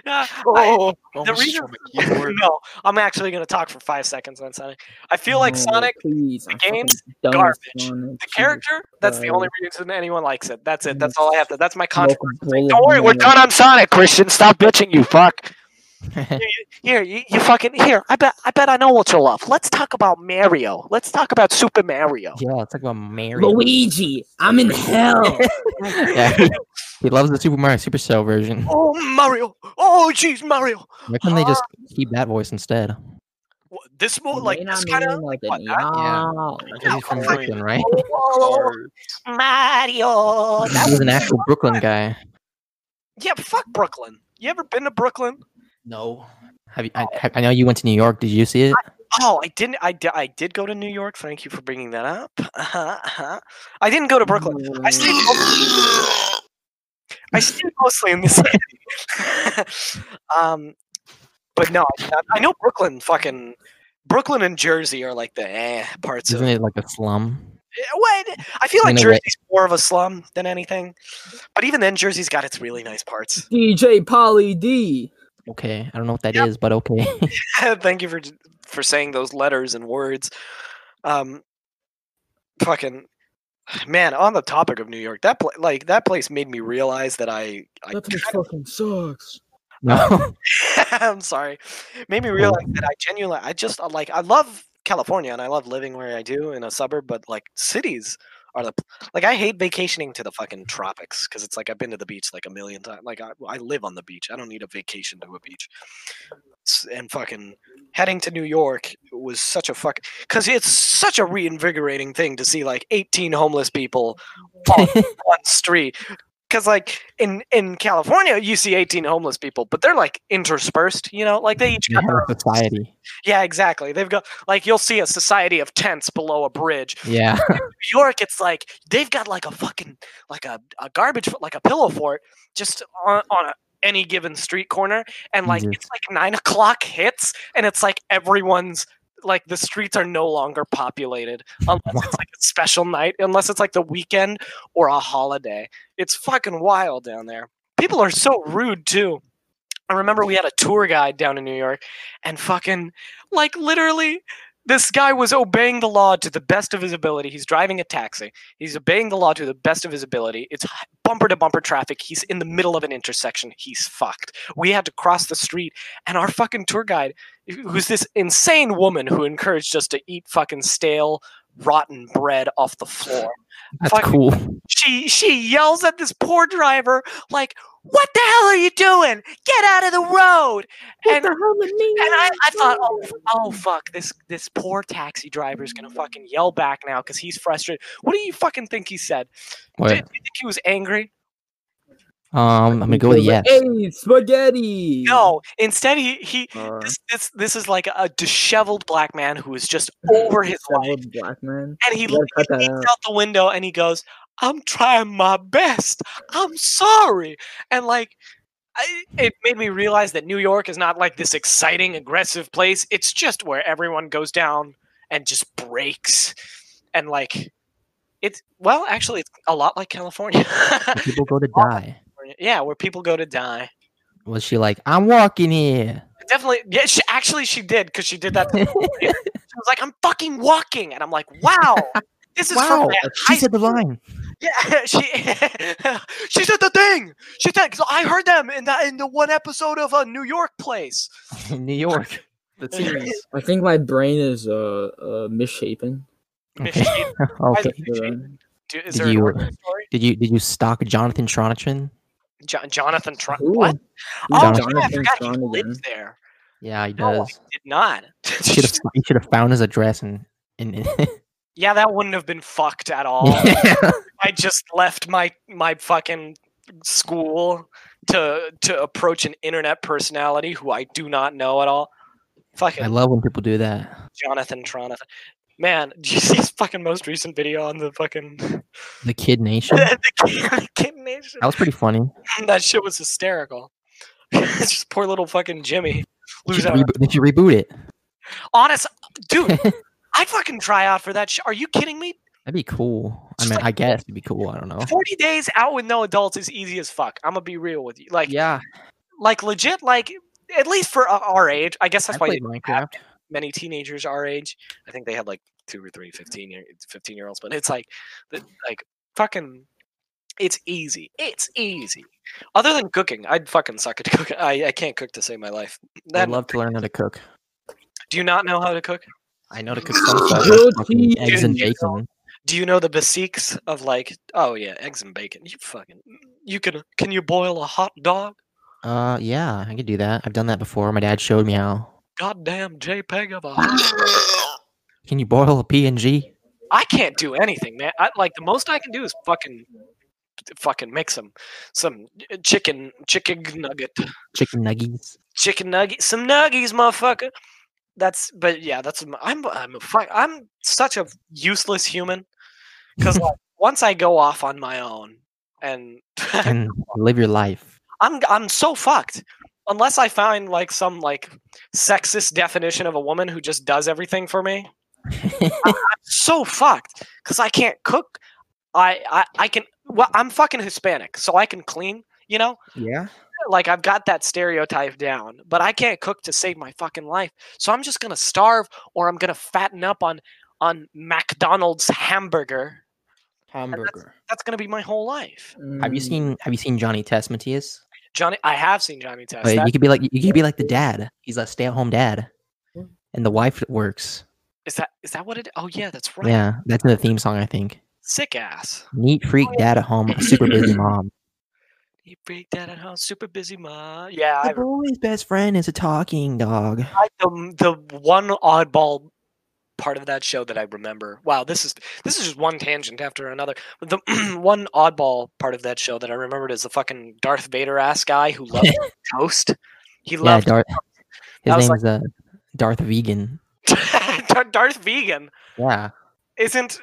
Speaker 4: Uh, I-
Speaker 6: Oh, the reason.
Speaker 4: reason-
Speaker 6: My keyboard.
Speaker 4: (laughs) no, I'm actually gonna talk for five seconds on Sonic. I feel like
Speaker 1: No,
Speaker 4: Sonic,
Speaker 1: please,
Speaker 4: the
Speaker 1: I'm fucking
Speaker 4: game's
Speaker 1: done with
Speaker 4: garbage.
Speaker 1: Sonic,
Speaker 4: the
Speaker 1: Jesus
Speaker 4: character, that's the only
Speaker 1: Christ.
Speaker 4: reason anyone likes it. That's it. That's all I have to. That's my
Speaker 1: Smoke
Speaker 4: controversy.
Speaker 1: a bowl
Speaker 4: Don't
Speaker 1: of
Speaker 4: worry, we're
Speaker 1: lemon.
Speaker 4: done on Sonic, Christian. Stop bitching, you
Speaker 2: (laughs)
Speaker 4: fuck. Here, you, you fucking here. I bet I bet I know what you'll love. Let's talk about Mario. Let's talk about Super Mario.
Speaker 2: Yeah, let's talk about Mario.
Speaker 1: Luigi, I'm in
Speaker 2: (laughs)
Speaker 1: hell.
Speaker 2: Yeah, he, he loves the Super Mario Super Cell version.
Speaker 4: (laughs) Oh Mario! Oh jeez, Mario!
Speaker 2: Why couldn't they just keep that voice instead?
Speaker 4: Wha- This more Oh, like
Speaker 1: Rain
Speaker 4: this
Speaker 1: on
Speaker 4: kind
Speaker 1: me
Speaker 4: of
Speaker 1: like
Speaker 4: what,
Speaker 1: an E
Speaker 4: that?
Speaker 1: owl.
Speaker 2: Because he's from
Speaker 6: Oh,
Speaker 2: Brooklyn, right?
Speaker 6: Hard.
Speaker 4: Oh, Mario. (laughs)
Speaker 2: (laughs)
Speaker 4: That
Speaker 2: He was
Speaker 4: was (laughs)
Speaker 2: an actual Brooklyn guy.
Speaker 4: yeah. but Fuck Brooklyn. You ever been to Brooklyn?
Speaker 2: No. Have you? I, have- I know you went to New York. Did you see it?
Speaker 4: Oh, I didn't. I, di- I did go to New York. Thank you for bringing that up. Uh-huh, uh-huh. I didn't go to Brooklyn. I stayed. I stayed mostly in the city. (laughs) um, but no, I, did not- I know Brooklyn. Fucking Brooklyn and Jersey are like the eh parts
Speaker 2: Isn't
Speaker 4: of.
Speaker 2: it like a slum?
Speaker 4: Eh, What I feel like
Speaker 2: In a way.
Speaker 4: Jersey's more of a slum than anything. But even then, Jersey's got its really nice parts. (laughs)
Speaker 1: DJ Polly D.
Speaker 2: Okay, I don't know what that is,
Speaker 4: Yep.
Speaker 2: but okay.
Speaker 4: (laughs)
Speaker 2: (laughs)
Speaker 4: Thank you for j- for saying those letters and words. Um, fucking man. On the topic of New York, that pla- like that place made me realize that I, I
Speaker 1: That place fucking sucks.
Speaker 4: (laughs)
Speaker 2: no.
Speaker 4: I'm sorry, made me realize that I genuinely, I just uh, like I love California and I love living where I do in a suburb, but like cities are the p- like I hate vacationing to the fucking tropics because it's like I've been to the beach like a million times. Like I, I live on the beach. I don't need a vacation to a beach. S- And fucking heading to New York was such a fuck because it's such a reinvigorating thing to see like 18 homeless people on one street. Because like in in California, you see 18 homeless people, but they're like interspersed. You know, like they each
Speaker 2: You
Speaker 4: got
Speaker 2: have
Speaker 4: their
Speaker 2: a society.
Speaker 4: yeah, exactly. They've got like you'll see a society of tents below a bridge.
Speaker 2: Yeah.
Speaker 4: New York, it's like they've got like a fucking like a, a garbage fo- like a pillow fort just on on a, any given street corner, and like
Speaker 2: Jesus.
Speaker 4: it's like nine (laughs) o'clock hits, and it's like everyone's like the streets are no longer populated unless it's like a special night, unless it's like the weekend or a holiday. It's fucking wild down there. People are so rude too. I remember we had a tour guide down in New York and fucking like literally this guy was obeying the law to the best of his ability. He's driving a taxi. He's obeying the law to the best of his ability. It's h- bumper to bumper traffic. He's in the middle of an intersection. He's fucked. We had to cross the street and our fucking tour guide who's this insane woman who encouraged us to eat fucking stale rotten bread off the floor
Speaker 2: That's
Speaker 4: Fuck. (laughs)
Speaker 2: cool. (laughs)
Speaker 4: she she yells at this poor driver like what the hell are you doing get out of the road and and I, I thought oh, f- oh fuck this this poor taxi driver is gonna fucking yell back now because he's frustrated what do you fucking think he said do you
Speaker 2: What?
Speaker 4: think he was angry
Speaker 2: Um, I'm gonna go with yes.
Speaker 1: Hey, spaghetti.
Speaker 4: no instead he he
Speaker 1: Uh,
Speaker 4: this, this this is like a disheveled black man who is just
Speaker 1: Hmm.
Speaker 4: over his life
Speaker 1: disheveled black man.
Speaker 4: and he
Speaker 1: You gotta cut that
Speaker 4: leans
Speaker 1: out.
Speaker 4: out the window and he goes, "I'm trying my best. I'm sorry." And like, I, it made me realize that New York is not like this exciting, aggressive place. It's just where everyone goes down and just breaks, and like, it's well, actually, it's a lot like California. (laughs)
Speaker 2: People go to die.
Speaker 4: yeah, where people go to die.
Speaker 2: Was she like, I'm walking here?
Speaker 4: Definitely, yeah. She, actually, she did because she did that. To me.
Speaker 1: (laughs)
Speaker 4: she was like, "I'm fucking walking," and I'm like, "Wow." This is
Speaker 2: Wow,
Speaker 4: from that
Speaker 2: she
Speaker 4: high
Speaker 2: said the line. (laughs)
Speaker 4: Yeah, (laughs) she she said the thing. She said, "So I heard them in that in the one episode of a New York place." (laughs)
Speaker 2: In New York. The series.
Speaker 1: I think my brain is uh, uh misshapen.
Speaker 2: Okay. (laughs)
Speaker 4: Misshapen.
Speaker 2: okay.
Speaker 1: Is it, uh,
Speaker 4: Do-
Speaker 2: Did
Speaker 4: is there an
Speaker 2: you-
Speaker 4: origin story?
Speaker 2: Did you did you stalk Jonathan Tronchin?
Speaker 4: Jo- Jonathan Trump?
Speaker 1: Ooh,
Speaker 4: What?
Speaker 1: ooh,
Speaker 4: Oh,
Speaker 2: Jonathan
Speaker 4: yeah, I forgot he
Speaker 1: Strong again.
Speaker 4: lives there.
Speaker 2: Yeah, he
Speaker 4: No, I
Speaker 2: does.
Speaker 4: did not.
Speaker 2: You should have you should have found his address and and
Speaker 4: (laughs)
Speaker 2: (laughs)
Speaker 4: yeah, that wouldn't have been fucked at all. I just left my my fucking school to to approach an internet personality who I do not know at all. Fucking
Speaker 2: I love when people do that.
Speaker 4: Jonathan Tronathan. Man, (laughs) do you see his fucking most recent video on the fucking (laughs)
Speaker 2: The Kid Nation. That
Speaker 4: the Kid- the Kid Nation?
Speaker 2: was pretty funny.
Speaker 4: (laughs) That shit was hysterical. (laughs) it's just poor little fucking Jimmy.
Speaker 2: They
Speaker 4: Lose
Speaker 2: should
Speaker 4: out. on-
Speaker 2: rebo- they should reboot it.
Speaker 4: Honest, dude, I'd fucking try out for that shit. Are you kidding (laughs) me?
Speaker 2: That'd be cool. I
Speaker 4: Just
Speaker 2: mean,
Speaker 4: like-
Speaker 2: I guess it'd be cool. I don't know.
Speaker 4: 40 days out with no adults is easy as fuck. I'm gonna be real with you. Like,
Speaker 2: Yeah,
Speaker 4: like legit, like, at least for uh, our age, I guess
Speaker 2: I
Speaker 4: that's why you
Speaker 2: played Minecraft.
Speaker 4: many teenagers our age. I think they had like two or three 15 year 15 year olds, but it's like the- like fucking it's easy. It's easy. Other than cooking, I'd fucking suck at (laughs) cooking. I, I can't cook to save my life. That
Speaker 2: I'd love to learn how to cook.
Speaker 4: do you not know how to cook?
Speaker 2: I know to cook some stuff.
Speaker 1: Grilled
Speaker 2: like fucking
Speaker 1: cheese.
Speaker 2: Eggs and
Speaker 4: You know-
Speaker 2: bacon.
Speaker 4: Do you know the basics of like oh yeah, eggs and bacon. You fucking you can can you boil a hot dog?
Speaker 2: Uh, yeah, I could do that. I've done that before. My dad showed me how.
Speaker 4: Goddamn JPEG of a hot
Speaker 2: Can you boil a PNG?
Speaker 4: I can't do anything, man. I, like the most I can do is fucking fucking mix them some chicken chicken nugget
Speaker 2: Chicken
Speaker 4: (laughs)
Speaker 2: nuggets.
Speaker 4: chicken nugget some nuggies motherfucker that's but yeah that's i'm i'm a fuck, i'm such a useless human because like, once i go off on my own and
Speaker 2: And live your life.
Speaker 4: I'm I'm so fucked. Unless I find like some like sexist definition of a woman who just does everything for me, I'm so fucked because I can't cook. I, I I can. Well, I'm fucking Hispanic, so I can clean. You know,
Speaker 2: Yeah.
Speaker 4: like I've got that stereotype down, but I can't cook to save my fucking life. So I'm just gonna starve, or I'm gonna fatten up on on McDonald's hamburger.
Speaker 2: Hamburger.
Speaker 4: That's gonna be my whole life.
Speaker 2: Have you
Speaker 1: Mm,
Speaker 2: seen Have you seen Johnny Test, Matthias?
Speaker 4: Johnny, I have seen Johnny Test.
Speaker 2: Like,
Speaker 4: That-
Speaker 2: you could be like you could be like the dad. He's a stay at home dad, and the wife works.
Speaker 4: is that is that what it? Oh yeah, that's right.
Speaker 2: Yeah, that's in the theme song, I think.
Speaker 4: Sick ass.
Speaker 2: Neat freak dad at home, super busy
Speaker 4: (coughs)
Speaker 2: mom.
Speaker 4: You break that at home, super busy ma. Yeah, I,
Speaker 2: The boy's best friend is a talking dog.
Speaker 4: I the, the one oddball part of that show that I remember. Wow, this is this is just one tangent after another. But The (clears throat) one oddball part of that show that I remembered is the fucking Darth Vader ass guy who loved toast. He
Speaker 2: Yeah,
Speaker 4: loved (laughs)
Speaker 2: Darth. His
Speaker 4: I was
Speaker 2: name's
Speaker 4: like-
Speaker 2: uh, Darth Vegan.
Speaker 4: (laughs) Dar- Darth vegan.
Speaker 2: Yeah,
Speaker 4: Isn't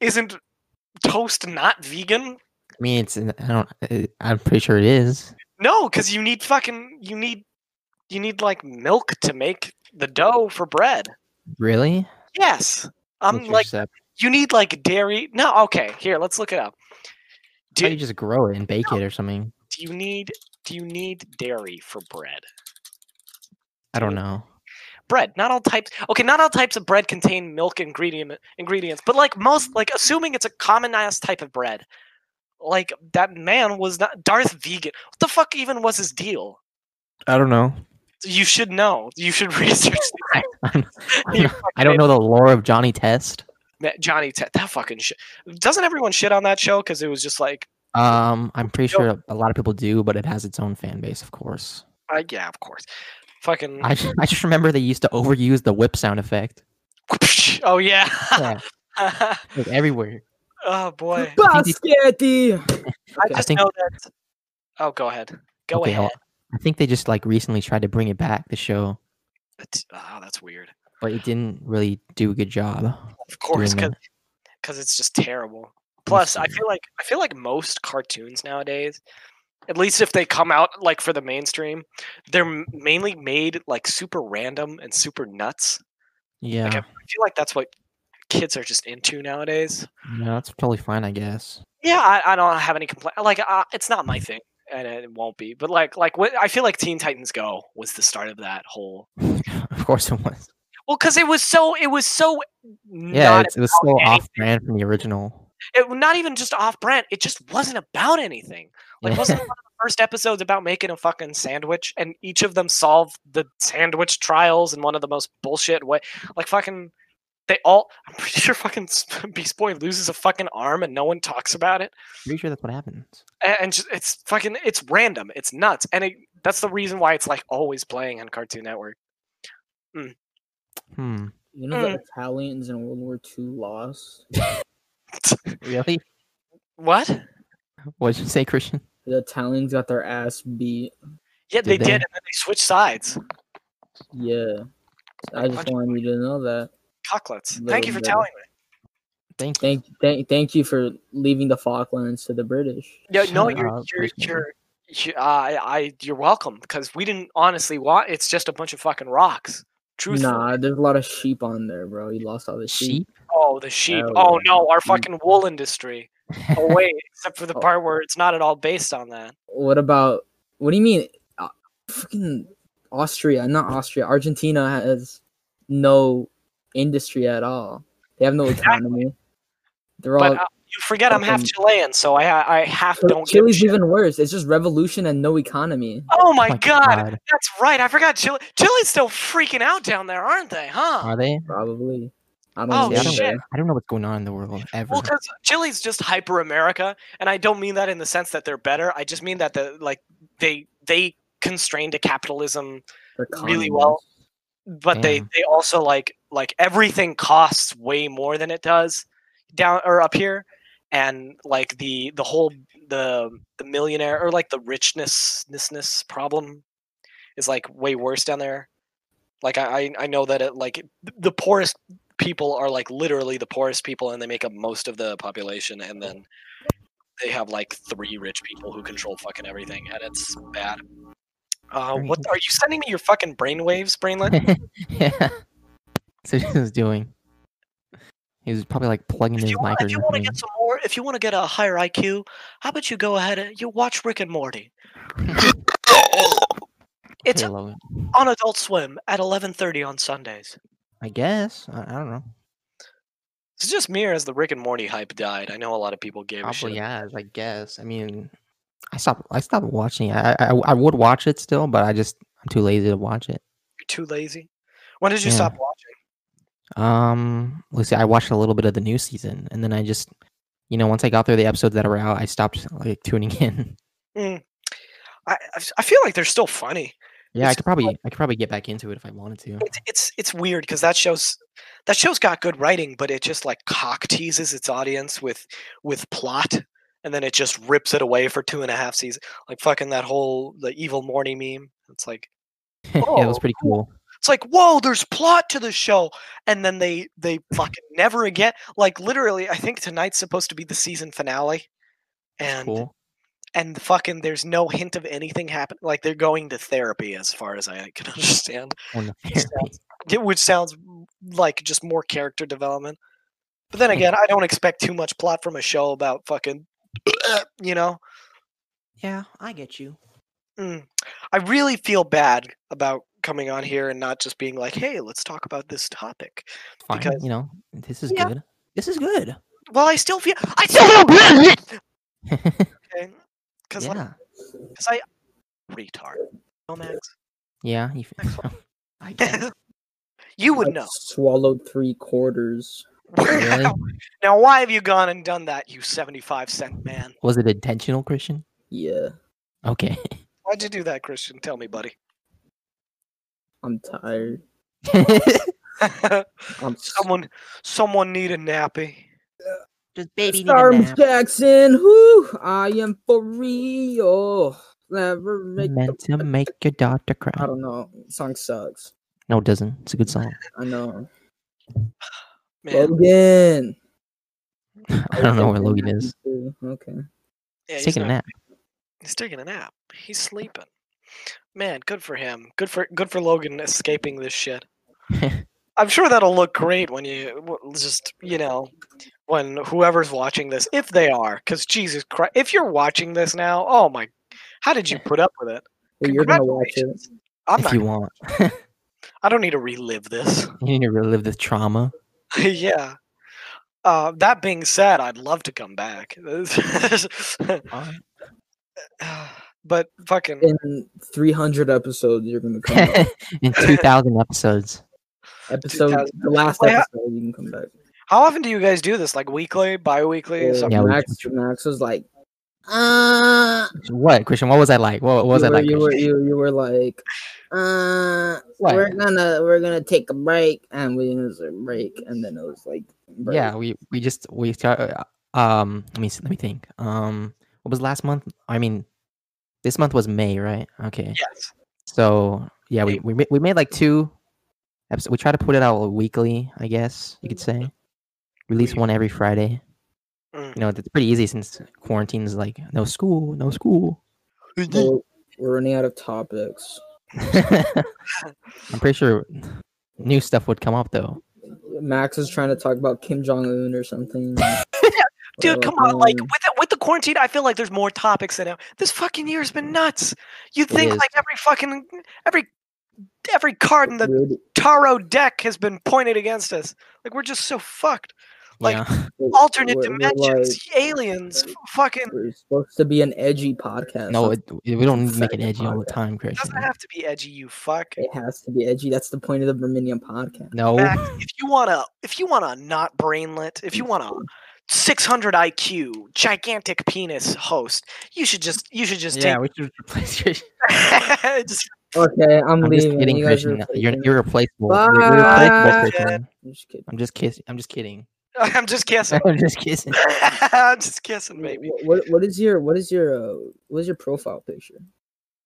Speaker 4: isn't toast not vegan?
Speaker 2: I mean it's. uh, I don't. It, I'm pretty sure it is.
Speaker 4: No, because you need fucking you need you need like milk to make the dough for bread.
Speaker 2: Really? uh,
Speaker 4: Yes. I'm
Speaker 2: What's your
Speaker 4: like
Speaker 2: sep-
Speaker 4: You need like dairy. No, okay. Here, let's look it up.
Speaker 2: How do you
Speaker 4: Do,
Speaker 2: just grow it and bake it or something?
Speaker 4: do you need do you need dairy for bread?
Speaker 2: I don't know.
Speaker 4: Bread. Not all types. Okay, not all types of bread contain milk ingredient ingredients, but like most, like assuming it's a common ass type of bread, like that man was not Darth vegan. What the fuck even was his deal?
Speaker 2: I don't know.
Speaker 4: You should know. You should (laughs) research. that. You
Speaker 2: I don't know the lore of Johnny Test.
Speaker 4: Ma- Johnny Tet. That fucking shit. Doesn't everyone shit on that show because it was just like,
Speaker 2: Um, I'm pretty
Speaker 4: Yo.
Speaker 2: sure a lot of people do, but it has its own fan base, of course.
Speaker 4: uh, yeah, of course. Fucking.
Speaker 2: I, ju- I just remember they used to overuse the whip sound effect
Speaker 4: (laughs) oh yeah.
Speaker 2: Yeah.
Speaker 4: (laughs)
Speaker 2: like, everywhere.
Speaker 4: Oh (laughs) boy.
Speaker 1: Basketti.
Speaker 4: I
Speaker 1: I
Speaker 4: just
Speaker 2: think-
Speaker 4: know that. Oh, go ahead. Go
Speaker 2: Okay, I'll-
Speaker 4: ahead.
Speaker 2: I think they just like recently tried to bring it back the show,
Speaker 4: That's- Oh, that's weird.
Speaker 2: but it didn't really do a good job.
Speaker 4: Of course,
Speaker 2: doing
Speaker 4: because it's just terrible. Plus, I
Speaker 2: see.
Speaker 4: feel like I feel like most cartoons nowadays, at least if they come out like for the mainstream, they're m- mainly made like super random and super nuts.
Speaker 2: Yeah,
Speaker 4: Like, I feel like that's what kids are just into nowadays.
Speaker 2: no, that's totally fine, I guess. (laughs)
Speaker 4: Yeah, I, I don't have any complaint. Like, uh, it's not my thing, and it won't be. But like, like what I feel like Teen Titans Go was the start of that whole
Speaker 2: of course, it was.
Speaker 4: Well, because it was so it was so
Speaker 2: Yeah,
Speaker 4: not
Speaker 2: it's, it was so
Speaker 4: anything.
Speaker 2: off brand from the original.
Speaker 4: it, not even just off brand. It just wasn't
Speaker 2: (laughs)
Speaker 4: about anything. Like
Speaker 2: Yeah.
Speaker 4: wasn't one of the first episodes about making a fucking sandwich, and each of them solved the sandwich trials in one of the most bullshit way. Like fucking, they all. I'm pretty sure fucking (laughs) Beast Boy loses a fucking arm, and no one talks about it.
Speaker 2: pretty sure that's what happens.
Speaker 4: And, and just, it's fucking it's random. It's nuts, and it, that's the reason why it's like always playing on Cartoon Network.
Speaker 2: Hmm.
Speaker 1: You know
Speaker 4: Mm.
Speaker 1: the Italians in World War II lost.
Speaker 2: Really?
Speaker 4: What?
Speaker 2: What did you say, Christian?
Speaker 1: The Italians got their ass beat.
Speaker 4: Yeah,
Speaker 2: Did
Speaker 4: they, did,
Speaker 2: they?
Speaker 4: and then they switched sides.
Speaker 1: Yeah. I just wanted you to know that.
Speaker 4: Cocklets.
Speaker 1: Little
Speaker 4: Thank you for
Speaker 1: bit.
Speaker 4: telling me.
Speaker 2: Thank you.
Speaker 1: Thank, thank, thank you for leaving the Falklands to the British.
Speaker 4: No, no,
Speaker 2: Shut
Speaker 4: you're
Speaker 2: up,
Speaker 4: you're
Speaker 2: Christian.
Speaker 4: you're, you uh, I, I you're welcome because we didn't honestly want. It's just a bunch of fucking rocks. Truthfully.
Speaker 1: Nah, there's a lot of sheep on there, bro. You lost all the sheep.
Speaker 2: Sheep?
Speaker 4: Oh, the sheep.
Speaker 1: Hell
Speaker 4: Oh
Speaker 1: yeah.
Speaker 4: no, our
Speaker 1: Sheep.
Speaker 4: fucking wool industry.
Speaker 1: (laughs)
Speaker 4: Oh wait, except for the
Speaker 1: Oh.
Speaker 4: part where it's not at all based on that.
Speaker 1: What about? What do you mean? Uh, fucking Austria, not Austria. Argentina has no industry at all. They have no economy. They're all.
Speaker 4: But uh, you forget I'm half
Speaker 1: fucking-
Speaker 4: Chilean, so I I half
Speaker 1: But
Speaker 4: don't give a
Speaker 1: Chile's
Speaker 4: shit.
Speaker 1: even worse. It's just revolution and no economy.
Speaker 4: Oh my,
Speaker 2: My
Speaker 4: god, that's right. I forgot Chile. Chile's still freaking out down there, aren't they? Huh?
Speaker 2: Are they?
Speaker 1: Probably. I don't
Speaker 4: Oh,
Speaker 1: know.
Speaker 2: Yeah, I don't-
Speaker 4: shit.
Speaker 2: I don't know what's going on in the world ever.
Speaker 4: Well, because Chile's just hyper America, and I don't mean that in the sense that they're better. I just mean that the like they they constrained to capitalism,
Speaker 1: They're
Speaker 4: really
Speaker 1: communists.
Speaker 4: well. but they
Speaker 2: Damn.
Speaker 4: they also like like everything costs way more than it does down or up here, and like the the whole the the millionaire or like the richnessness problem is like way worse down there. Like I I I know that it like the poorest people are like literally the poorest people and they make up most of the population and then they have like three rich people who control fucking everything and it's bad. Uh, what are you sending me your fucking brainwaves, Brainlet?
Speaker 2: yeah. (laughs) So he was doing. He was probably like plugging
Speaker 4: if
Speaker 2: his
Speaker 4: you,
Speaker 2: mic
Speaker 4: want,
Speaker 2: or
Speaker 4: if you want to
Speaker 2: something.
Speaker 4: get some more, if you want to get a higher IQ, how about you go ahead and you watch Rick and Morty? It's
Speaker 2: Hey, Logan.
Speaker 4: on Adult Swim at 11:30 on Sundays.
Speaker 2: I guess. I, I don't know.
Speaker 4: It's just me or as the Rick and Morty hype died. I know a lot of people gave a shit.
Speaker 2: Probably yeah. I guess. I mean, I stopped. I stopped watching. it. I, I I would watch it still, but I just I'm too lazy to watch it.
Speaker 4: You're too lazy. When did you
Speaker 2: Yeah.
Speaker 4: stop watching?
Speaker 2: Um, let's see. I watched a little bit of the new season, and then I just, you know, once I got through the episodes that were out, I stopped like tuning in. (laughs)
Speaker 4: I I- I feel like they're still funny.
Speaker 2: yeah, I
Speaker 4: It's
Speaker 2: could probably I could probably get back into it if I wanted to.
Speaker 4: It's it's, it's weird because that shows that show's got good writing, but it just like cock teases its audience with with plot, and then it just rips it away for two and a half seasons. Like fucking that whole the evil morning meme. It's like
Speaker 2: (laughs) yeah, it was
Speaker 4: Oh,
Speaker 2: pretty cool.
Speaker 4: It's like, whoa, there's plot to the show, and then they they fucking never again. Like literally, I think tonight's supposed to be the season finale, and
Speaker 2: Cool.
Speaker 4: and the fucking there's no hint of anything happen. Like they're going to therapy, as far as I can (laughs) understand,
Speaker 2: On the (laughs)
Speaker 4: which
Speaker 2: therapy.
Speaker 4: sounds- it- which sounds like just more character development. But then again, I don't expect too much plot from a show about fucking, (clears throat) you know.
Speaker 2: Yeah, I get you.
Speaker 4: Mm. I really feel bad about coming on here and not just being like, "Hey, let's talk about this topic."
Speaker 2: Fine.
Speaker 4: Because-
Speaker 2: you know, this is
Speaker 4: Yeah.
Speaker 2: good. This is good. (laughs)
Speaker 4: Well, I still feel I still feel
Speaker 5: I
Speaker 4: (laughs) okay because
Speaker 2: yeah.
Speaker 4: I retard.
Speaker 2: (laughs)
Speaker 4: No, Max, (laughs)
Speaker 2: Yeah.
Speaker 1: (laughs)
Speaker 2: You, (laughs) f- I guess.
Speaker 4: you would
Speaker 1: I've
Speaker 4: know. (laughs)
Speaker 1: Swallowed three quarters.
Speaker 2: Really?
Speaker 4: now, why have you gone and done that, you seventy-five cent man?
Speaker 2: Was it intentional, Christian?
Speaker 1: Yeah,
Speaker 2: Okay. (laughs)
Speaker 4: Why'd you do that, Christian? Tell me, buddy. (laughs)
Speaker 1: I'm tired.
Speaker 2: Just
Speaker 1: I'm
Speaker 4: someone, someone need a nappy.
Speaker 2: baby
Speaker 1: Storm Jackson. Who I am for real. Never make. the-
Speaker 2: (laughs) Meant to make your daughter
Speaker 1: I
Speaker 2: cry.
Speaker 1: don't know. Song sucks.
Speaker 2: No, it doesn't. It's a
Speaker 1: (laughs)
Speaker 2: good song. (laughs)
Speaker 1: I know.
Speaker 4: Man,
Speaker 1: Logan.
Speaker 2: (laughs) I don't know where Logan is.
Speaker 1: (laughs) Okay.
Speaker 4: yeah,
Speaker 2: He's
Speaker 4: he's
Speaker 2: taking a
Speaker 4: not-
Speaker 2: nap.
Speaker 4: He's taking a nap. He's sleeping. Man, good for him. Good for good for Logan escaping
Speaker 2: (laughs)
Speaker 4: this shit. I'm sure that'll look great when you w- just you know when whoever's watching this, if they are, because Jesus Christ, if you're watching this now, oh my, how did
Speaker 2: (laughs)
Speaker 4: you put up with it?
Speaker 1: Well, you're gonna watch it.
Speaker 4: Congratulations. I'm
Speaker 2: if
Speaker 4: not.
Speaker 2: you
Speaker 1: (laughs)
Speaker 2: want.
Speaker 4: I don't need to relive this.
Speaker 2: You need to relive
Speaker 1: (laughs)
Speaker 2: the trauma. (laughs)
Speaker 4: (laughs) yeah. Uh, that being said, I'd love to come back, (laughs) but fucking
Speaker 1: In 300 episodes, you're gonna come.
Speaker 2: (laughs)
Speaker 1: back.
Speaker 2: In 2,000 episodes.
Speaker 1: episode,
Speaker 4: 2000.
Speaker 1: the last
Speaker 4: Well, yeah.
Speaker 1: episode, you can come back.
Speaker 4: How often do you guys do this? Like weekly, bi-weekly?
Speaker 1: Yeah,
Speaker 4: something?
Speaker 2: Yeah, we-
Speaker 1: Max, Max was like, uh,
Speaker 2: What, Christian? What was that like? What
Speaker 1: you
Speaker 2: was that
Speaker 1: were,
Speaker 2: like?
Speaker 1: You were,
Speaker 2: Christian?
Speaker 1: you, you were like, uh,
Speaker 2: What?
Speaker 1: we're gonna we're gonna take a break, and we was a break, and then it was like, break.
Speaker 2: Yeah, we we just we start. Um, let me s- let me think. Um, what was last month? I mean, this month was May, right? Okay.
Speaker 4: Yes.
Speaker 2: So yeah, we
Speaker 4: May.
Speaker 2: we, ma- we made like two episodes. We try to put it out weekly, I guess you could say. Release one every Friday.
Speaker 4: Mm.
Speaker 2: You know, it's pretty easy since quarantine's like no school, no
Speaker 4: (laughs)
Speaker 2: school.
Speaker 1: (laughs) We're, we're running out of topics.
Speaker 2: I'm pretty sure new stuff would come up though.
Speaker 1: Max is trying to talk about Kim Jong Un or something.
Speaker 4: (laughs)
Speaker 1: (laughs)
Speaker 4: Dude,
Speaker 1: Or,
Speaker 4: come on! Like
Speaker 1: um,
Speaker 4: with the, with the quarantine, I feel like there's more topics in it. This fucking year's been nuts. You
Speaker 2: It
Speaker 4: think
Speaker 2: is.
Speaker 4: like every fucking every every card in the
Speaker 1: dude,
Speaker 4: tarot deck has been pointed against us. Like we're just so fucked. Like,
Speaker 2: yeah. (laughs)
Speaker 1: we're-
Speaker 4: Alternate
Speaker 1: we're- we're,
Speaker 4: dimensions,
Speaker 1: like,
Speaker 4: aliens, f- fucking.
Speaker 1: We're supposed to be an edgy podcast.
Speaker 2: No, it, we don't need to make it
Speaker 1: second
Speaker 2: edgy all the
Speaker 1: podcast.
Speaker 2: time, Christian.
Speaker 4: Doesn't have to be edgy, you fuck.
Speaker 1: it has to be edgy. That's the point of the Verminion podcast.
Speaker 2: No.
Speaker 4: Max, if you wanna, if you wanna not brainlet, if you wanna 600 IQ, gigantic penis host, you should just, you should just
Speaker 2: yeah, we should replace Christian.
Speaker 4: take, (laughs) just
Speaker 1: Okay, I'm,
Speaker 2: (laughs) I'm just
Speaker 1: leaving.
Speaker 2: kidding,
Speaker 1: you guys are
Speaker 2: Christian. You're
Speaker 1: taking-
Speaker 2: irreplaceable. You're, you're replaceable,
Speaker 1: Bye.
Speaker 2: Christian.
Speaker 1: I'm just kidding.
Speaker 2: (laughs) I'm just kidding. I'm just kidding.
Speaker 4: I'm
Speaker 2: (laughs)
Speaker 4: just guessing. (laughs)
Speaker 2: I'm just kissing.
Speaker 4: I'm just guessing,
Speaker 1: Wait,
Speaker 4: maybe.
Speaker 1: wh- What what is your what is your uh, what is your profile picture?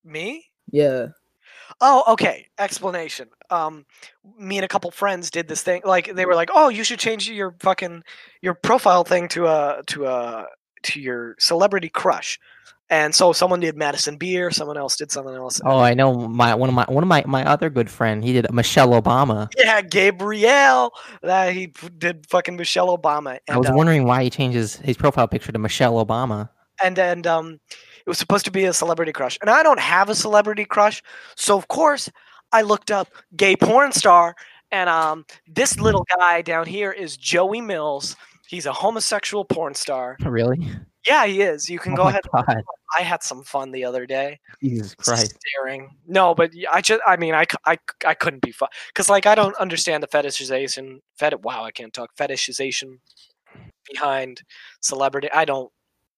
Speaker 4: Me?
Speaker 1: Yeah.
Speaker 4: Oh, okay. Explanation. Um, me and a couple friends did this thing. Like they were like, "Oh, you should change your fucking your profile thing to a to a to your celebrity crush." And so someone did Madison Beer. Someone else did something else.
Speaker 2: Oh, I know my one of my one of my, my other good friend. He did Michelle Obama.
Speaker 4: (laughs) Yeah, Gabrielle. That he p- did fucking Michelle Obama. And,
Speaker 2: I was
Speaker 4: uh,
Speaker 2: wondering why he changes his profile picture to Michelle Obama.
Speaker 4: and and um, it was supposed to be a celebrity crush, and I don't have a celebrity crush, so of course I looked up gay porn star, and um, this little guy down here is Joey Mills. He's a homosexual porn star.
Speaker 2: (laughs) Really? (laughs)
Speaker 4: Yeah, he is. You can
Speaker 2: Oh
Speaker 4: go
Speaker 2: my
Speaker 4: ahead.
Speaker 2: God.
Speaker 4: I had some fun the other day. (laughs)
Speaker 2: Jesus Christ.
Speaker 4: Staring. No, but y- I just, I mean, I, c- I, c- I couldn't be fun. Because, like, I don't understand the fetishization. Fet- wow, I can't talk. Fetishization behind celebrity. I don't,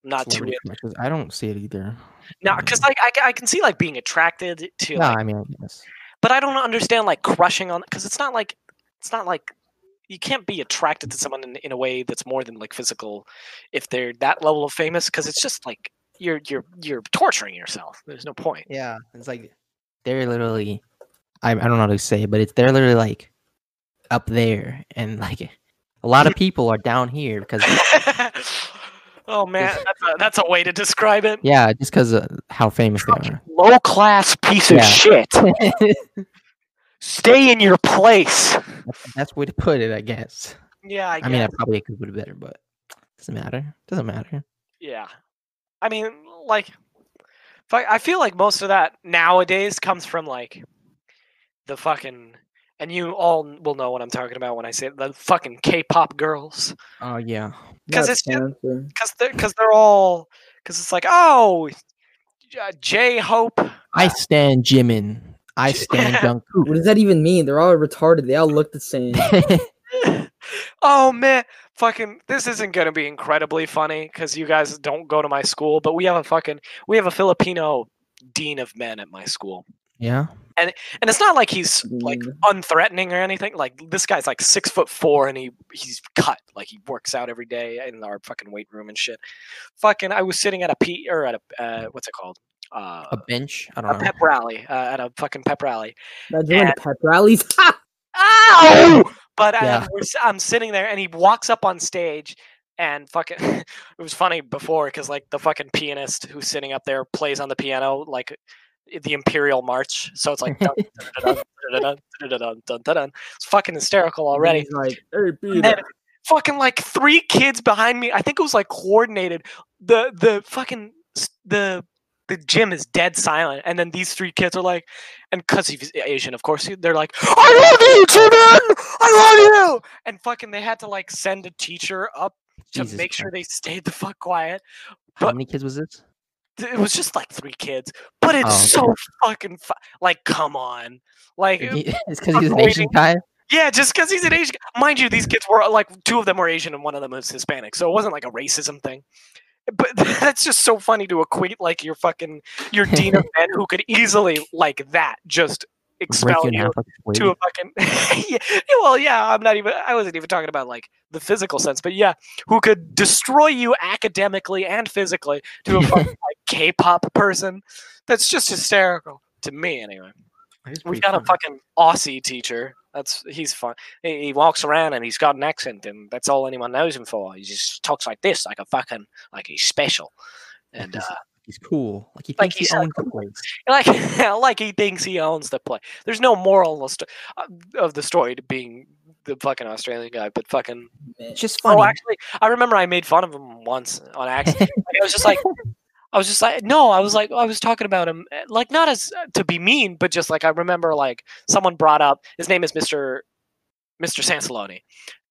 Speaker 4: not too
Speaker 2: Celebrity crushes. I don't see it either.
Speaker 4: No, because like I, ca- I can see like being attracted to,
Speaker 2: No,
Speaker 4: like,
Speaker 2: I mean, I guess.
Speaker 4: but I don't understand like crushing on because it's not like it's not like you can't be attracted to someone in, in a way that's more than like physical if they're that level of famous because it's just like you're you're you're torturing yourself. There's no point.
Speaker 2: Yeah, it's like they're literally. I, I don't know how to say, it, but it's they're literally like up there, and like a lot of
Speaker 4: (laughs)
Speaker 2: people are down here because
Speaker 4: oh man, that's a, that's a way to describe it.
Speaker 2: yeah, just because of how famous they are.
Speaker 5: Low class piece of
Speaker 2: Yeah. (laughs)
Speaker 5: shit. Stay in your place.
Speaker 2: That's the way to put it, I guess.
Speaker 4: Yeah, I,
Speaker 2: I, mean, I
Speaker 4: guess.
Speaker 2: probably could put it better, but doesn't matter. Doesn't matter.
Speaker 4: yeah. I mean, like, fuck, I feel like most of that nowadays comes from like the fucking, and you all n- will know what I'm talking about when I say it, the fucking K-pop girls,
Speaker 2: Oh yeah,
Speaker 4: 'Cause
Speaker 1: Not
Speaker 4: it's just-
Speaker 1: cancer.
Speaker 4: because they're because they're all because it's like oh, J Hope.
Speaker 2: I stand Jimin.
Speaker 4: (laughs)
Speaker 2: I stand
Speaker 1: What
Speaker 2: Jungkook.
Speaker 1: does that even mean? They're all retarded. They all look the
Speaker 4: (laughs)
Speaker 1: same.
Speaker 4: oh man, fucking this isn't gonna be incredibly funny because you guys don't go to my school, but we have a fucking we have a Filipino dean of men at my school.
Speaker 2: yeah,
Speaker 4: and it's not like he's like
Speaker 1: Mm.
Speaker 4: unthreatening or anything. Like this guy's like six foot four, and he he's cut. Like he works out every day in our fucking weight room and shit. Fucking, I was sitting at a p or at a uh, what's it called? Uh,
Speaker 2: a bench. I
Speaker 4: a
Speaker 2: don't know. (laughs)
Speaker 4: pep rally uh, at a fucking pep rally.
Speaker 1: I joined the pep (laughs) rallies. Ha!
Speaker 4: Ow! (laughs) But um,
Speaker 2: Yeah.
Speaker 4: we're, s- I'm sitting there, and he walks up on stage, and fucking, (laughs) it was funny before because like the fucking pianist who's sitting up there plays on the piano like i- the Imperial March, so
Speaker 2: (laughs)
Speaker 4: it's like dun, dun, dun, dun, dun, dun, dun, dun, dun, dun, dun. it's fucking hysterical already.
Speaker 1: He's like, hey,
Speaker 4: And then
Speaker 1: Peter.
Speaker 4: fucking like three kids behind me. I think it was like coordinated. The the fucking s- the the gym is dead silent, and then these three kids are like, and because he's Asian, of course, he- they're like, "I love you, Jimin! I love you!" And fucking, they had to like send a teacher up to
Speaker 2: Jesus
Speaker 4: make sure
Speaker 2: Christ.
Speaker 4: they stayed the fuck quiet.
Speaker 2: How many kids was this?
Speaker 4: Th- It was just like three kids, but it's
Speaker 2: Oh,
Speaker 4: so fucking fu- like, come on, like
Speaker 2: (laughs) it's because he's an Asian guy.
Speaker 4: yeah, just because he's an Asian. guy- Mind you, these kids were like two of them were Asian and one of them was Hispanic, so it wasn't like a racism thing. But (laughs) that's just so funny to equate like your fucking your dean of men who could easily like that just
Speaker 2: Break
Speaker 4: expel
Speaker 2: you in
Speaker 4: you
Speaker 2: half like a twig.
Speaker 4: to a fucking (laughs) yeah, well yeah i'm not even i wasn't even talking about like the physical sense but yeah who could destroy you academically and physically to a fucking like, k-pop person that's just hysterical to me anyway
Speaker 2: That is
Speaker 4: we
Speaker 2: pretty
Speaker 4: got
Speaker 2: funny.
Speaker 4: a fucking aussie teacher that's he's fun he, he walks around and he's got an accent and that's all anyone knows him for he just talks like this like a fucking like he's special
Speaker 2: (laughs)
Speaker 4: and uh
Speaker 2: He's cool. Like he
Speaker 4: Like,
Speaker 2: thinks
Speaker 4: he's
Speaker 2: he
Speaker 4: so
Speaker 2: owns the place.
Speaker 4: like (laughs) like he thinks he owns the play. There's no moral of sto- uh, of the story to being the fucking Australian guy, but fucking
Speaker 2: It's just funny.
Speaker 4: oh, actually, I remember I made fun of him once on accident. Like, I was just like. I was just like, no, I was like, I was talking about him, eh, like not as uh, to be mean, but just like I remember, like someone brought up his name is Mister, Mister Sansaloni,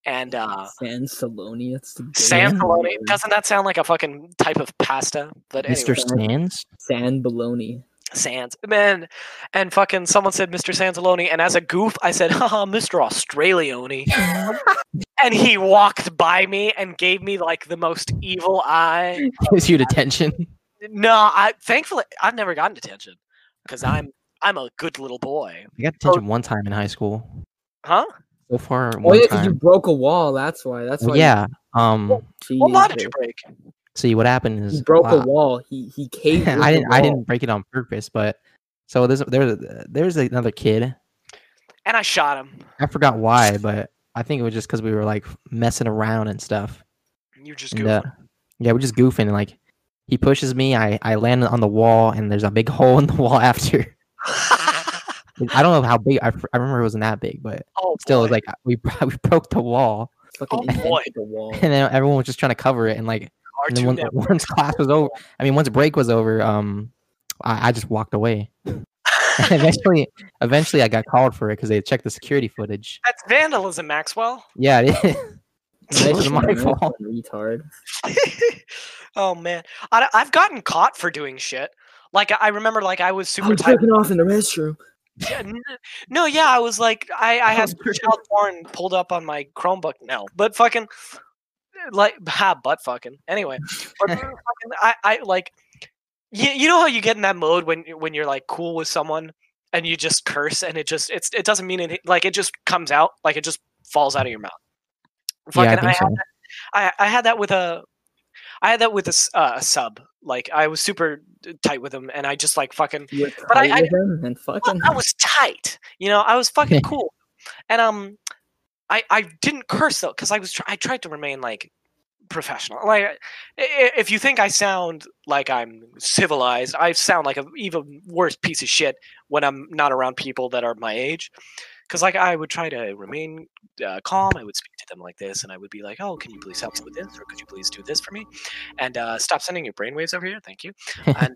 Speaker 4: and uh,
Speaker 1: San Saloni. That's the gayest
Speaker 4: San Saloni
Speaker 1: word.
Speaker 4: doesn't that sound like a fucking type of pasta? But anyway.
Speaker 2: Mr. Sands. (laughs)
Speaker 1: San Baloney.
Speaker 4: Sans man, and fucking someone said Mr. Sansaloni, and as a goof, I said, haha, Mr. Australioni. and he walked by me and gave me like the most evil eye.
Speaker 2: Gives you (laughs) attention.
Speaker 4: No, I thankfully I've never gotten detention because I'm I'm a good little boy,
Speaker 2: I got attention one time in high school.
Speaker 4: huh?
Speaker 2: It so far.
Speaker 1: Oh
Speaker 2: one
Speaker 1: yeah, 'cause you
Speaker 2: time-
Speaker 1: broke a wall. That's why. That's why.
Speaker 2: Well, yeah. Um.
Speaker 1: Jesus.
Speaker 4: What law did you break?
Speaker 2: See, what happened is
Speaker 1: He broke
Speaker 2: wow. (laughs)
Speaker 1: a wall. He he caved. with
Speaker 2: I
Speaker 1: the
Speaker 2: didn't. I
Speaker 1: wall.
Speaker 2: didn't break it on purpose, but so there's there's there's another kid.
Speaker 4: And I shot him.
Speaker 2: I forgot why, but I think it was just because we were like messing around and stuff.
Speaker 4: You just
Speaker 2: And,
Speaker 4: goofing.
Speaker 2: uh, yeah, we're just goofing. And, like he pushes me, I I land on the wall, and there's a big (laughs) hole in the wall after. I don't know how big. I, f- I remember it wasn't that big, but
Speaker 4: (laughs) oh,
Speaker 2: still, it was
Speaker 4: boy.
Speaker 2: like we (laughs) we broke the wall,
Speaker 1: Fucking
Speaker 4: Oh,
Speaker 1: invented
Speaker 4: boy.
Speaker 1: the
Speaker 4: (laughs)
Speaker 1: wall.
Speaker 2: and then everyone was just trying to cover it. And like and then
Speaker 4: R2
Speaker 2: when,
Speaker 4: network.
Speaker 2: once class was over, I mean, once break was over, um, I, I just walked away. (laughs) eventually, eventually, I got called for it because they checked the security footage.
Speaker 4: That's vandalism, Maxwell. (laughs)
Speaker 2: Yeah, (laughs) it is.
Speaker 1: Nice
Speaker 2: It was
Speaker 1: one,
Speaker 2: my
Speaker 1: nice
Speaker 2: fault.
Speaker 1: one, Retard.
Speaker 4: oh man, I, I've gotten caught for doing shit. Like I- I remember, like I was
Speaker 1: I
Speaker 2: (laughs) Oh,
Speaker 4: super
Speaker 1: was
Speaker 4: tight.
Speaker 1: jerking off in the restroom.
Speaker 4: Yeah, n- No, yeah, I was like,
Speaker 2: (laughs)
Speaker 4: I, I had
Speaker 1: was-
Speaker 4: child porn pulled up on my Chromebook. No, but fucking, eh, like, (laughs) ha, butt fucking. Anyway,
Speaker 2: (laughs)
Speaker 4: but fucking, I, I like, you, you know how you get in that mode when when you're like cool with someone and you just curse and it just it's it doesn't mean anything. Like it just comes out, like it just falls out of your mouth.
Speaker 2: Yeah, I
Speaker 4: Fucking, I,
Speaker 2: think
Speaker 4: had
Speaker 2: (laughs) so.
Speaker 4: that, I I had that with a. I had that with a, s- uh, a sub. Like I was super eh, tight with him, and I just like fucking
Speaker 1: You were
Speaker 4: But I-
Speaker 1: tight
Speaker 4: I-
Speaker 1: with him and
Speaker 4: well,
Speaker 1: fucking.
Speaker 4: I was tight. You know, I was fucking cool. And um, I I didn't curse though because I was tr- I tried to remain like professional. Like I- i- if you think I sound like I'm civilized, I sound like an even worse piece of shit when I'm not around people that are my age. Because like I would try to remain uh, calm. I would speak to them like this, and I would be like, "Oh, can you please help me with this, or could you please do this for me?" And uh, stop sending your brainwaves over here. Thank you. and um,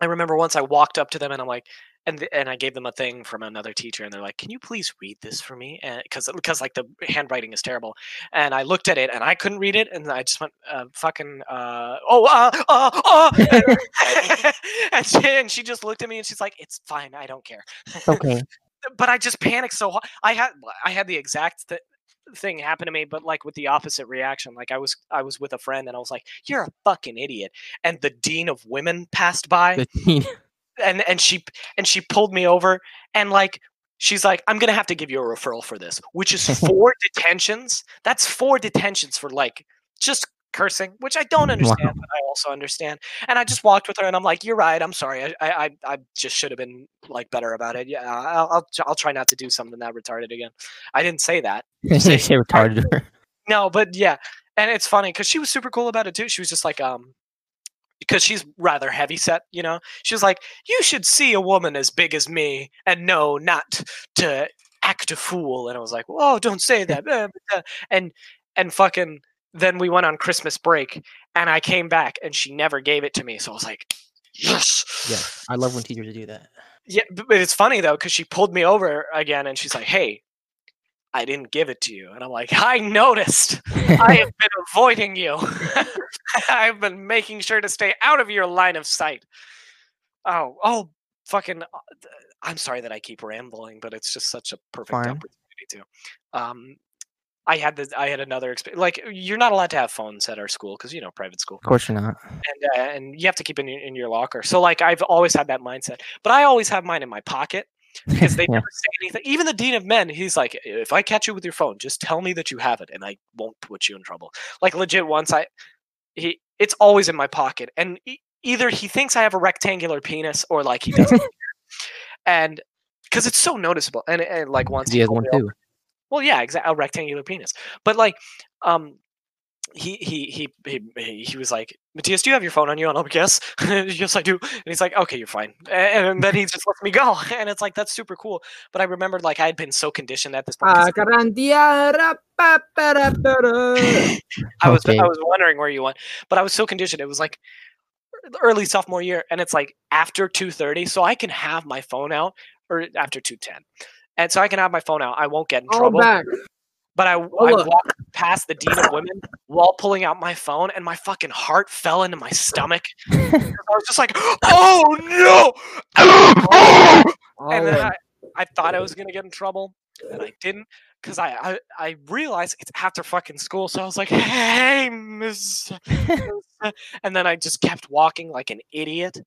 Speaker 4: I remember once I walked up to them, and I'm like and th- and I gave them a thing from another teacher, and they're like, "Can you please read this for me?" Because because like the handwriting is terrible, and I looked at it and I couldn't read it, and I just went, uh, "Fucking uh, oh uh uh uh," and, (laughs) and, she, and she just looked at me and she's like, "It's fine, I don't care."
Speaker 2: okay.
Speaker 4: But I just panicked so hard. I had I had the exact th- thing happen to me, but like with the opposite reaction. Like I was I was with a friend and I was like, "You're a fucking idiot," and the dean of women passed by
Speaker 2: The (laughs) teen-
Speaker 4: and and she and she pulled me over and like she's like i'm gonna have to give you a referral for this which is four detentions that's four detentions for like just cursing which i don't understand but i also understand and i just walked with her and i'm like you're right i'm sorry i i, I- I just should have been like better about it yeah I'll, I'll i'll try not to do something that retarded again i didn't say that
Speaker 2: Say retarded.
Speaker 4: no, but yeah, and it's funny because she was super cool about it too. She was just like, um, because she's rather heavy set, you know. She was like, "You should see a woman as big as me and know not to act a fool." And I was like, "Whoa, don't say that." blah, blah, blah," and and fucking. Then we went on Christmas break, and I came back, and she never gave it to me. So I was like, "Yes,
Speaker 2: yeah, I love when teachers do that.
Speaker 4: yeah, b- but it's funny though because she pulled me over again and she's like, "Hey, I didn't give it to you," and I'm like, "I noticed. I have been avoiding you. (laughs) I've been making sure to stay out of your line of sight." Oh, oh, fucking! uh, th- I'm sorry that I keep rambling, but it's just such a perfect
Speaker 2: Fine.
Speaker 4: opportunity to. Um, I had this. I had another experience. Like, you're not allowed to have phones at our school because you know private school
Speaker 2: Of course you're not.
Speaker 4: and uh, and you have to keep it in, in your locker. So like I've always had that mindset, but I always have mine in my pocket because they
Speaker 2: (laughs) Yeah.
Speaker 4: never say anything. Even the dean of men, he's like, if I catch you with your phone, just tell me that you have it, and I won't put you in trouble. Like legit, once I he it's always in my pocket, and e- either he thinks I have a rectangular penis or like
Speaker 2: (laughs)
Speaker 4: he doesn't, and because it's so noticeable. And, and like once
Speaker 2: 'Cause He has
Speaker 4: pulled
Speaker 2: one
Speaker 4: me over-
Speaker 2: too.
Speaker 4: well, yeah, exactly, a rectangular penis. But like, um, he he he he he he was like, Matthias, do you have your phone on you? And I'm like, yes, (laughs) yes, I do. And he's like, okay, you're fine. A- And, then he just lets me go, (laughs) and it's like that's super cool. But I remembered like I had been so conditioned at this
Speaker 1: (laughs)
Speaker 4: point.
Speaker 1: Ah,
Speaker 4: 'cause (laughs)
Speaker 1: Acarandia-ra-pa-pa-ra-pa-ra.
Speaker 4: I was
Speaker 2: Okay.
Speaker 4: I was wondering where you went, but I was so conditioned. It was like er, the early sophomore year, and it's like after two thirty, so I can have my phone out, or after two ten, and so I can have my phone out. I won't get in
Speaker 1: All
Speaker 4: trouble.
Speaker 1: back.
Speaker 4: But I, I
Speaker 1: look.
Speaker 4: walked past the dean of women while pulling out my phone, and my fucking heart fell into my stomach. I was just like, "Oh no!"
Speaker 6: (laughs)
Speaker 1: All
Speaker 4: And then
Speaker 1: in.
Speaker 4: I, I thought I was gonna get in trouble, and I didn't, cause I, I I realized it's after fucking school. So I was like, "Hey, Miss," and then I just kept walking like an idiot.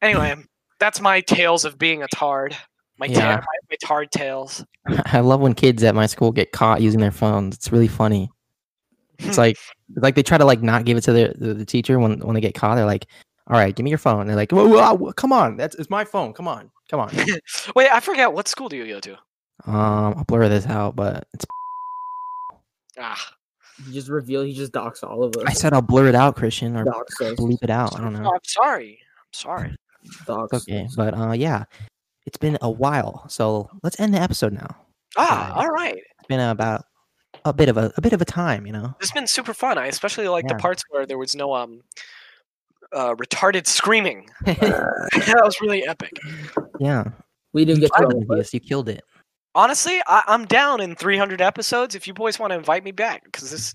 Speaker 4: Anyway, that's my tales of being a tard. My, ta-
Speaker 2: Yeah.
Speaker 4: my, my tar tails.
Speaker 2: I love when kids at my school get caught using their phones. It's really funny. It's like like they try to like not give it to their, the, the teacher when when they get caught. They're like, "All right, give me your phone." they're like, whoa, whoa, whoa, "Come on, that's it's my phone. Come on, come
Speaker 4: (laughs)
Speaker 2: on."
Speaker 4: Wait, I forgot. What school do you go to?
Speaker 2: Um, I'll blur this out, but it's.
Speaker 4: Ah,
Speaker 1: He just revealed he just doxed all of us.
Speaker 2: I said I'll blur it out, Christian, or
Speaker 1: dox us.
Speaker 2: bleep it out. I don't know.
Speaker 4: Oh, (laughs) I'm sorry. I'm sorry.
Speaker 1: Dox.
Speaker 2: It's okay, but uh, yeah, it's been a while, so let's end the episode now.
Speaker 4: Ah,
Speaker 2: Sorry.
Speaker 4: all right.
Speaker 2: It's been about a bit of a, a bit of a time, you know.
Speaker 4: It's been super fun. I especially like
Speaker 2: Yeah.
Speaker 4: the parts where there was no um uh
Speaker 1: (laughs)
Speaker 4: retarded screaming. (laughs) that was really epic.
Speaker 2: yeah,
Speaker 1: We didn't
Speaker 2: you
Speaker 1: get to
Speaker 2: killed
Speaker 1: all
Speaker 2: it,
Speaker 1: of us.
Speaker 2: Matthias, you killed it.
Speaker 4: Honestly, I, I'm down in 300 episodes. If you boys want to invite me back, because this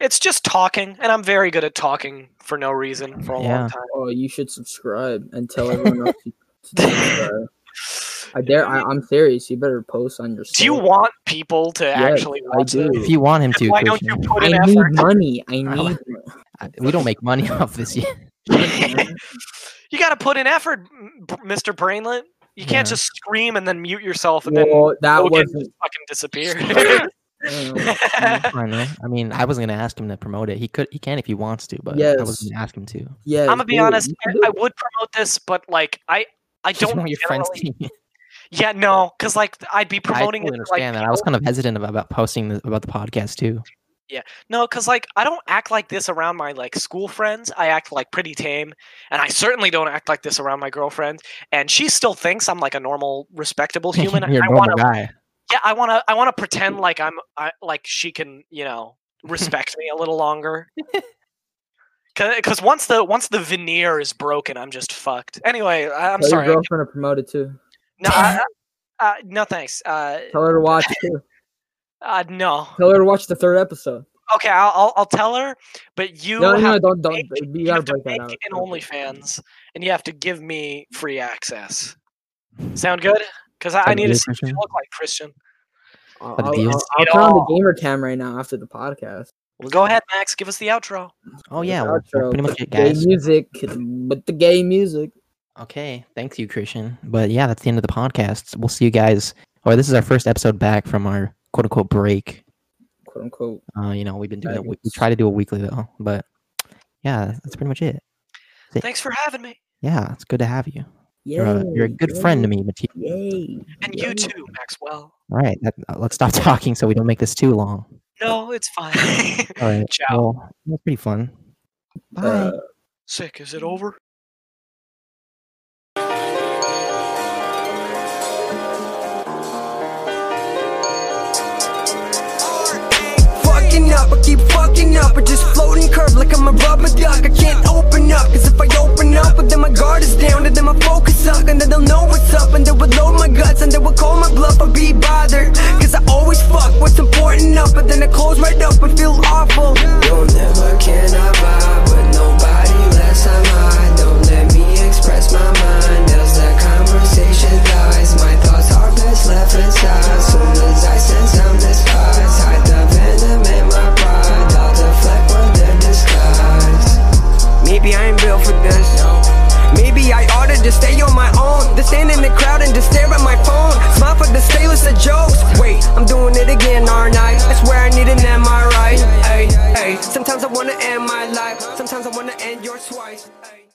Speaker 4: it's just talking, and I'm very good at talking for no reason for a
Speaker 2: Yeah.
Speaker 4: long time.
Speaker 1: Oh, you should subscribe and tell everyone else
Speaker 4: (laughs)
Speaker 1: to to subscribe. I dare. I, I'm serious. You better post on your.
Speaker 4: Do you
Speaker 1: story.
Speaker 4: want people to actually
Speaker 1: I
Speaker 4: watch
Speaker 1: do.
Speaker 4: this?
Speaker 2: If you want him
Speaker 4: Then
Speaker 2: to,
Speaker 4: why don't you
Speaker 2: Christian,
Speaker 4: (laughs) put an
Speaker 1: I need
Speaker 4: effort?
Speaker 1: money. I need.
Speaker 2: I like- I- we don't make money (laughs) off this yet.
Speaker 4: (laughs) you got to put in effort, m- b- Mr. Brainlet. You can't
Speaker 2: Yeah.
Speaker 4: just scream and then mute yourself and then
Speaker 1: well, that
Speaker 4: Logan
Speaker 1: wasn't.
Speaker 4: just fucking (laughs) disappear.
Speaker 1: uh,
Speaker 2: I know. I mean, I was gonna ask him to promote it. He could, he can if he wants to, but I
Speaker 1: Yes.
Speaker 2: was gonna ask him to.
Speaker 1: yeah.
Speaker 4: I'm gonna be
Speaker 1: dude,
Speaker 4: honest.
Speaker 1: you
Speaker 4: I,
Speaker 1: can do
Speaker 4: I
Speaker 1: it.
Speaker 4: would promote this, but like I, I
Speaker 2: Just
Speaker 4: don't
Speaker 2: want your friends.
Speaker 4: generally-
Speaker 2: To,
Speaker 4: Yeah, no, because like I'd be
Speaker 2: I
Speaker 4: promoting
Speaker 2: totally
Speaker 4: it. to, like,
Speaker 2: understand that. I was kind of hesitant about, about posting the, about the podcast too.
Speaker 4: No, because like I don't act like this around my like school friends. I act like pretty tame, and I certainly don't act like this around my girlfriend. And she still thinks I'm like a normal, respectable human.
Speaker 2: (laughs) You're
Speaker 4: I
Speaker 2: a normal
Speaker 4: want to,
Speaker 2: guy.
Speaker 4: yeah, I want to, I want to pretend like I'm, I, like she can,
Speaker 1: (laughs)
Speaker 4: you know, respect me a little longer. Because once the once the veneer is broken, I'm just fucked. Anyway, I, I'm
Speaker 1: Tell
Speaker 4: sorry. I
Speaker 1: Your girlfriend to promote it too.
Speaker 4: No, I, I- uh, no, thanks. Uh,
Speaker 1: Tell her to
Speaker 4: (laughs)
Speaker 1: watch it too.
Speaker 4: uh, no.
Speaker 1: Tell her to watch the third episode.
Speaker 4: Okay, I'll, I'll, I'll tell her. But you
Speaker 1: No,
Speaker 4: have,
Speaker 1: no,
Speaker 4: to
Speaker 1: don't, don't.
Speaker 4: make-
Speaker 1: You
Speaker 4: you
Speaker 1: gotta
Speaker 4: have to
Speaker 1: break
Speaker 4: make
Speaker 1: that out.
Speaker 4: an OnlyFans, and you have to give me free access. Sound good? Because I, I
Speaker 2: Sound
Speaker 4: need to
Speaker 2: good,
Speaker 4: see if you
Speaker 2: Christian?
Speaker 4: look like Christian.
Speaker 1: I'll,
Speaker 2: But
Speaker 1: I'll,
Speaker 2: these-
Speaker 1: I'll, I'll
Speaker 4: It
Speaker 1: turn on the
Speaker 4: all-
Speaker 1: gamer cam right now after the podcast.
Speaker 4: Well, go ahead, Max. Give us the outro.
Speaker 2: Oh
Speaker 1: With
Speaker 2: yeah, well,
Speaker 1: outro,
Speaker 2: pretty
Speaker 1: but
Speaker 2: much it,
Speaker 1: the gay
Speaker 2: guys.
Speaker 1: music, but the gay music.
Speaker 2: Okay, thanks you, Christian. But yeah, that's the end of the podcast. We'll see you guys. Or this is our first episode back from our quote unquote break.
Speaker 1: quote unquote.
Speaker 2: Uh, you know, we've been doing it. We, we
Speaker 1: Fabulous.
Speaker 2: try to do it weekly though, but yeah, that's pretty much it. Th-
Speaker 4: Thanks for having me,
Speaker 2: Yeah, it's good to have you.
Speaker 1: Yay,
Speaker 2: You're a, you're a good friend to me, Matthew.
Speaker 1: Yay.
Speaker 4: and
Speaker 1: yay.
Speaker 4: you too, Maxwell.
Speaker 2: All right, that, uh, let's stop (laughs) talking so we don't make this too long.
Speaker 4: No, it's fine.
Speaker 2: All right,
Speaker 4: Ciao.
Speaker 2: well, that was pretty fun. Bye.
Speaker 1: Uh,
Speaker 4: (laughs) Sick. Is it over?
Speaker 7: Fucking up, I keep fucking up. I just floating curve like I'm a rubber duck. I can't open up, cause if I open up, then my guard is down, and then my focus suck, and then they'll know what's up, and they will load my guts, and they will call my bluff. I'll be bothered, cause I always fuck what's important up, and then I close right up and feel awful. Don't ever can I vibe with nobody less I'm high. Don't let me express my mind, else that conversation dies. My thoughts are best left inside. Soon as I sense I'm despised, hide the venom in my pride. I'll deflect with the disguise. Maybe I ain't built for this. Maybe I oughta just stay on my own. Just stand in the crowd and just stare at my phone. Smile for the stainless of jokes. Wait, I'm doing it again, aren't I? I swear I need an MRI. Ay, ay. Sometimes I wanna end my life. Sometimes I wanna end yours twice. Ay.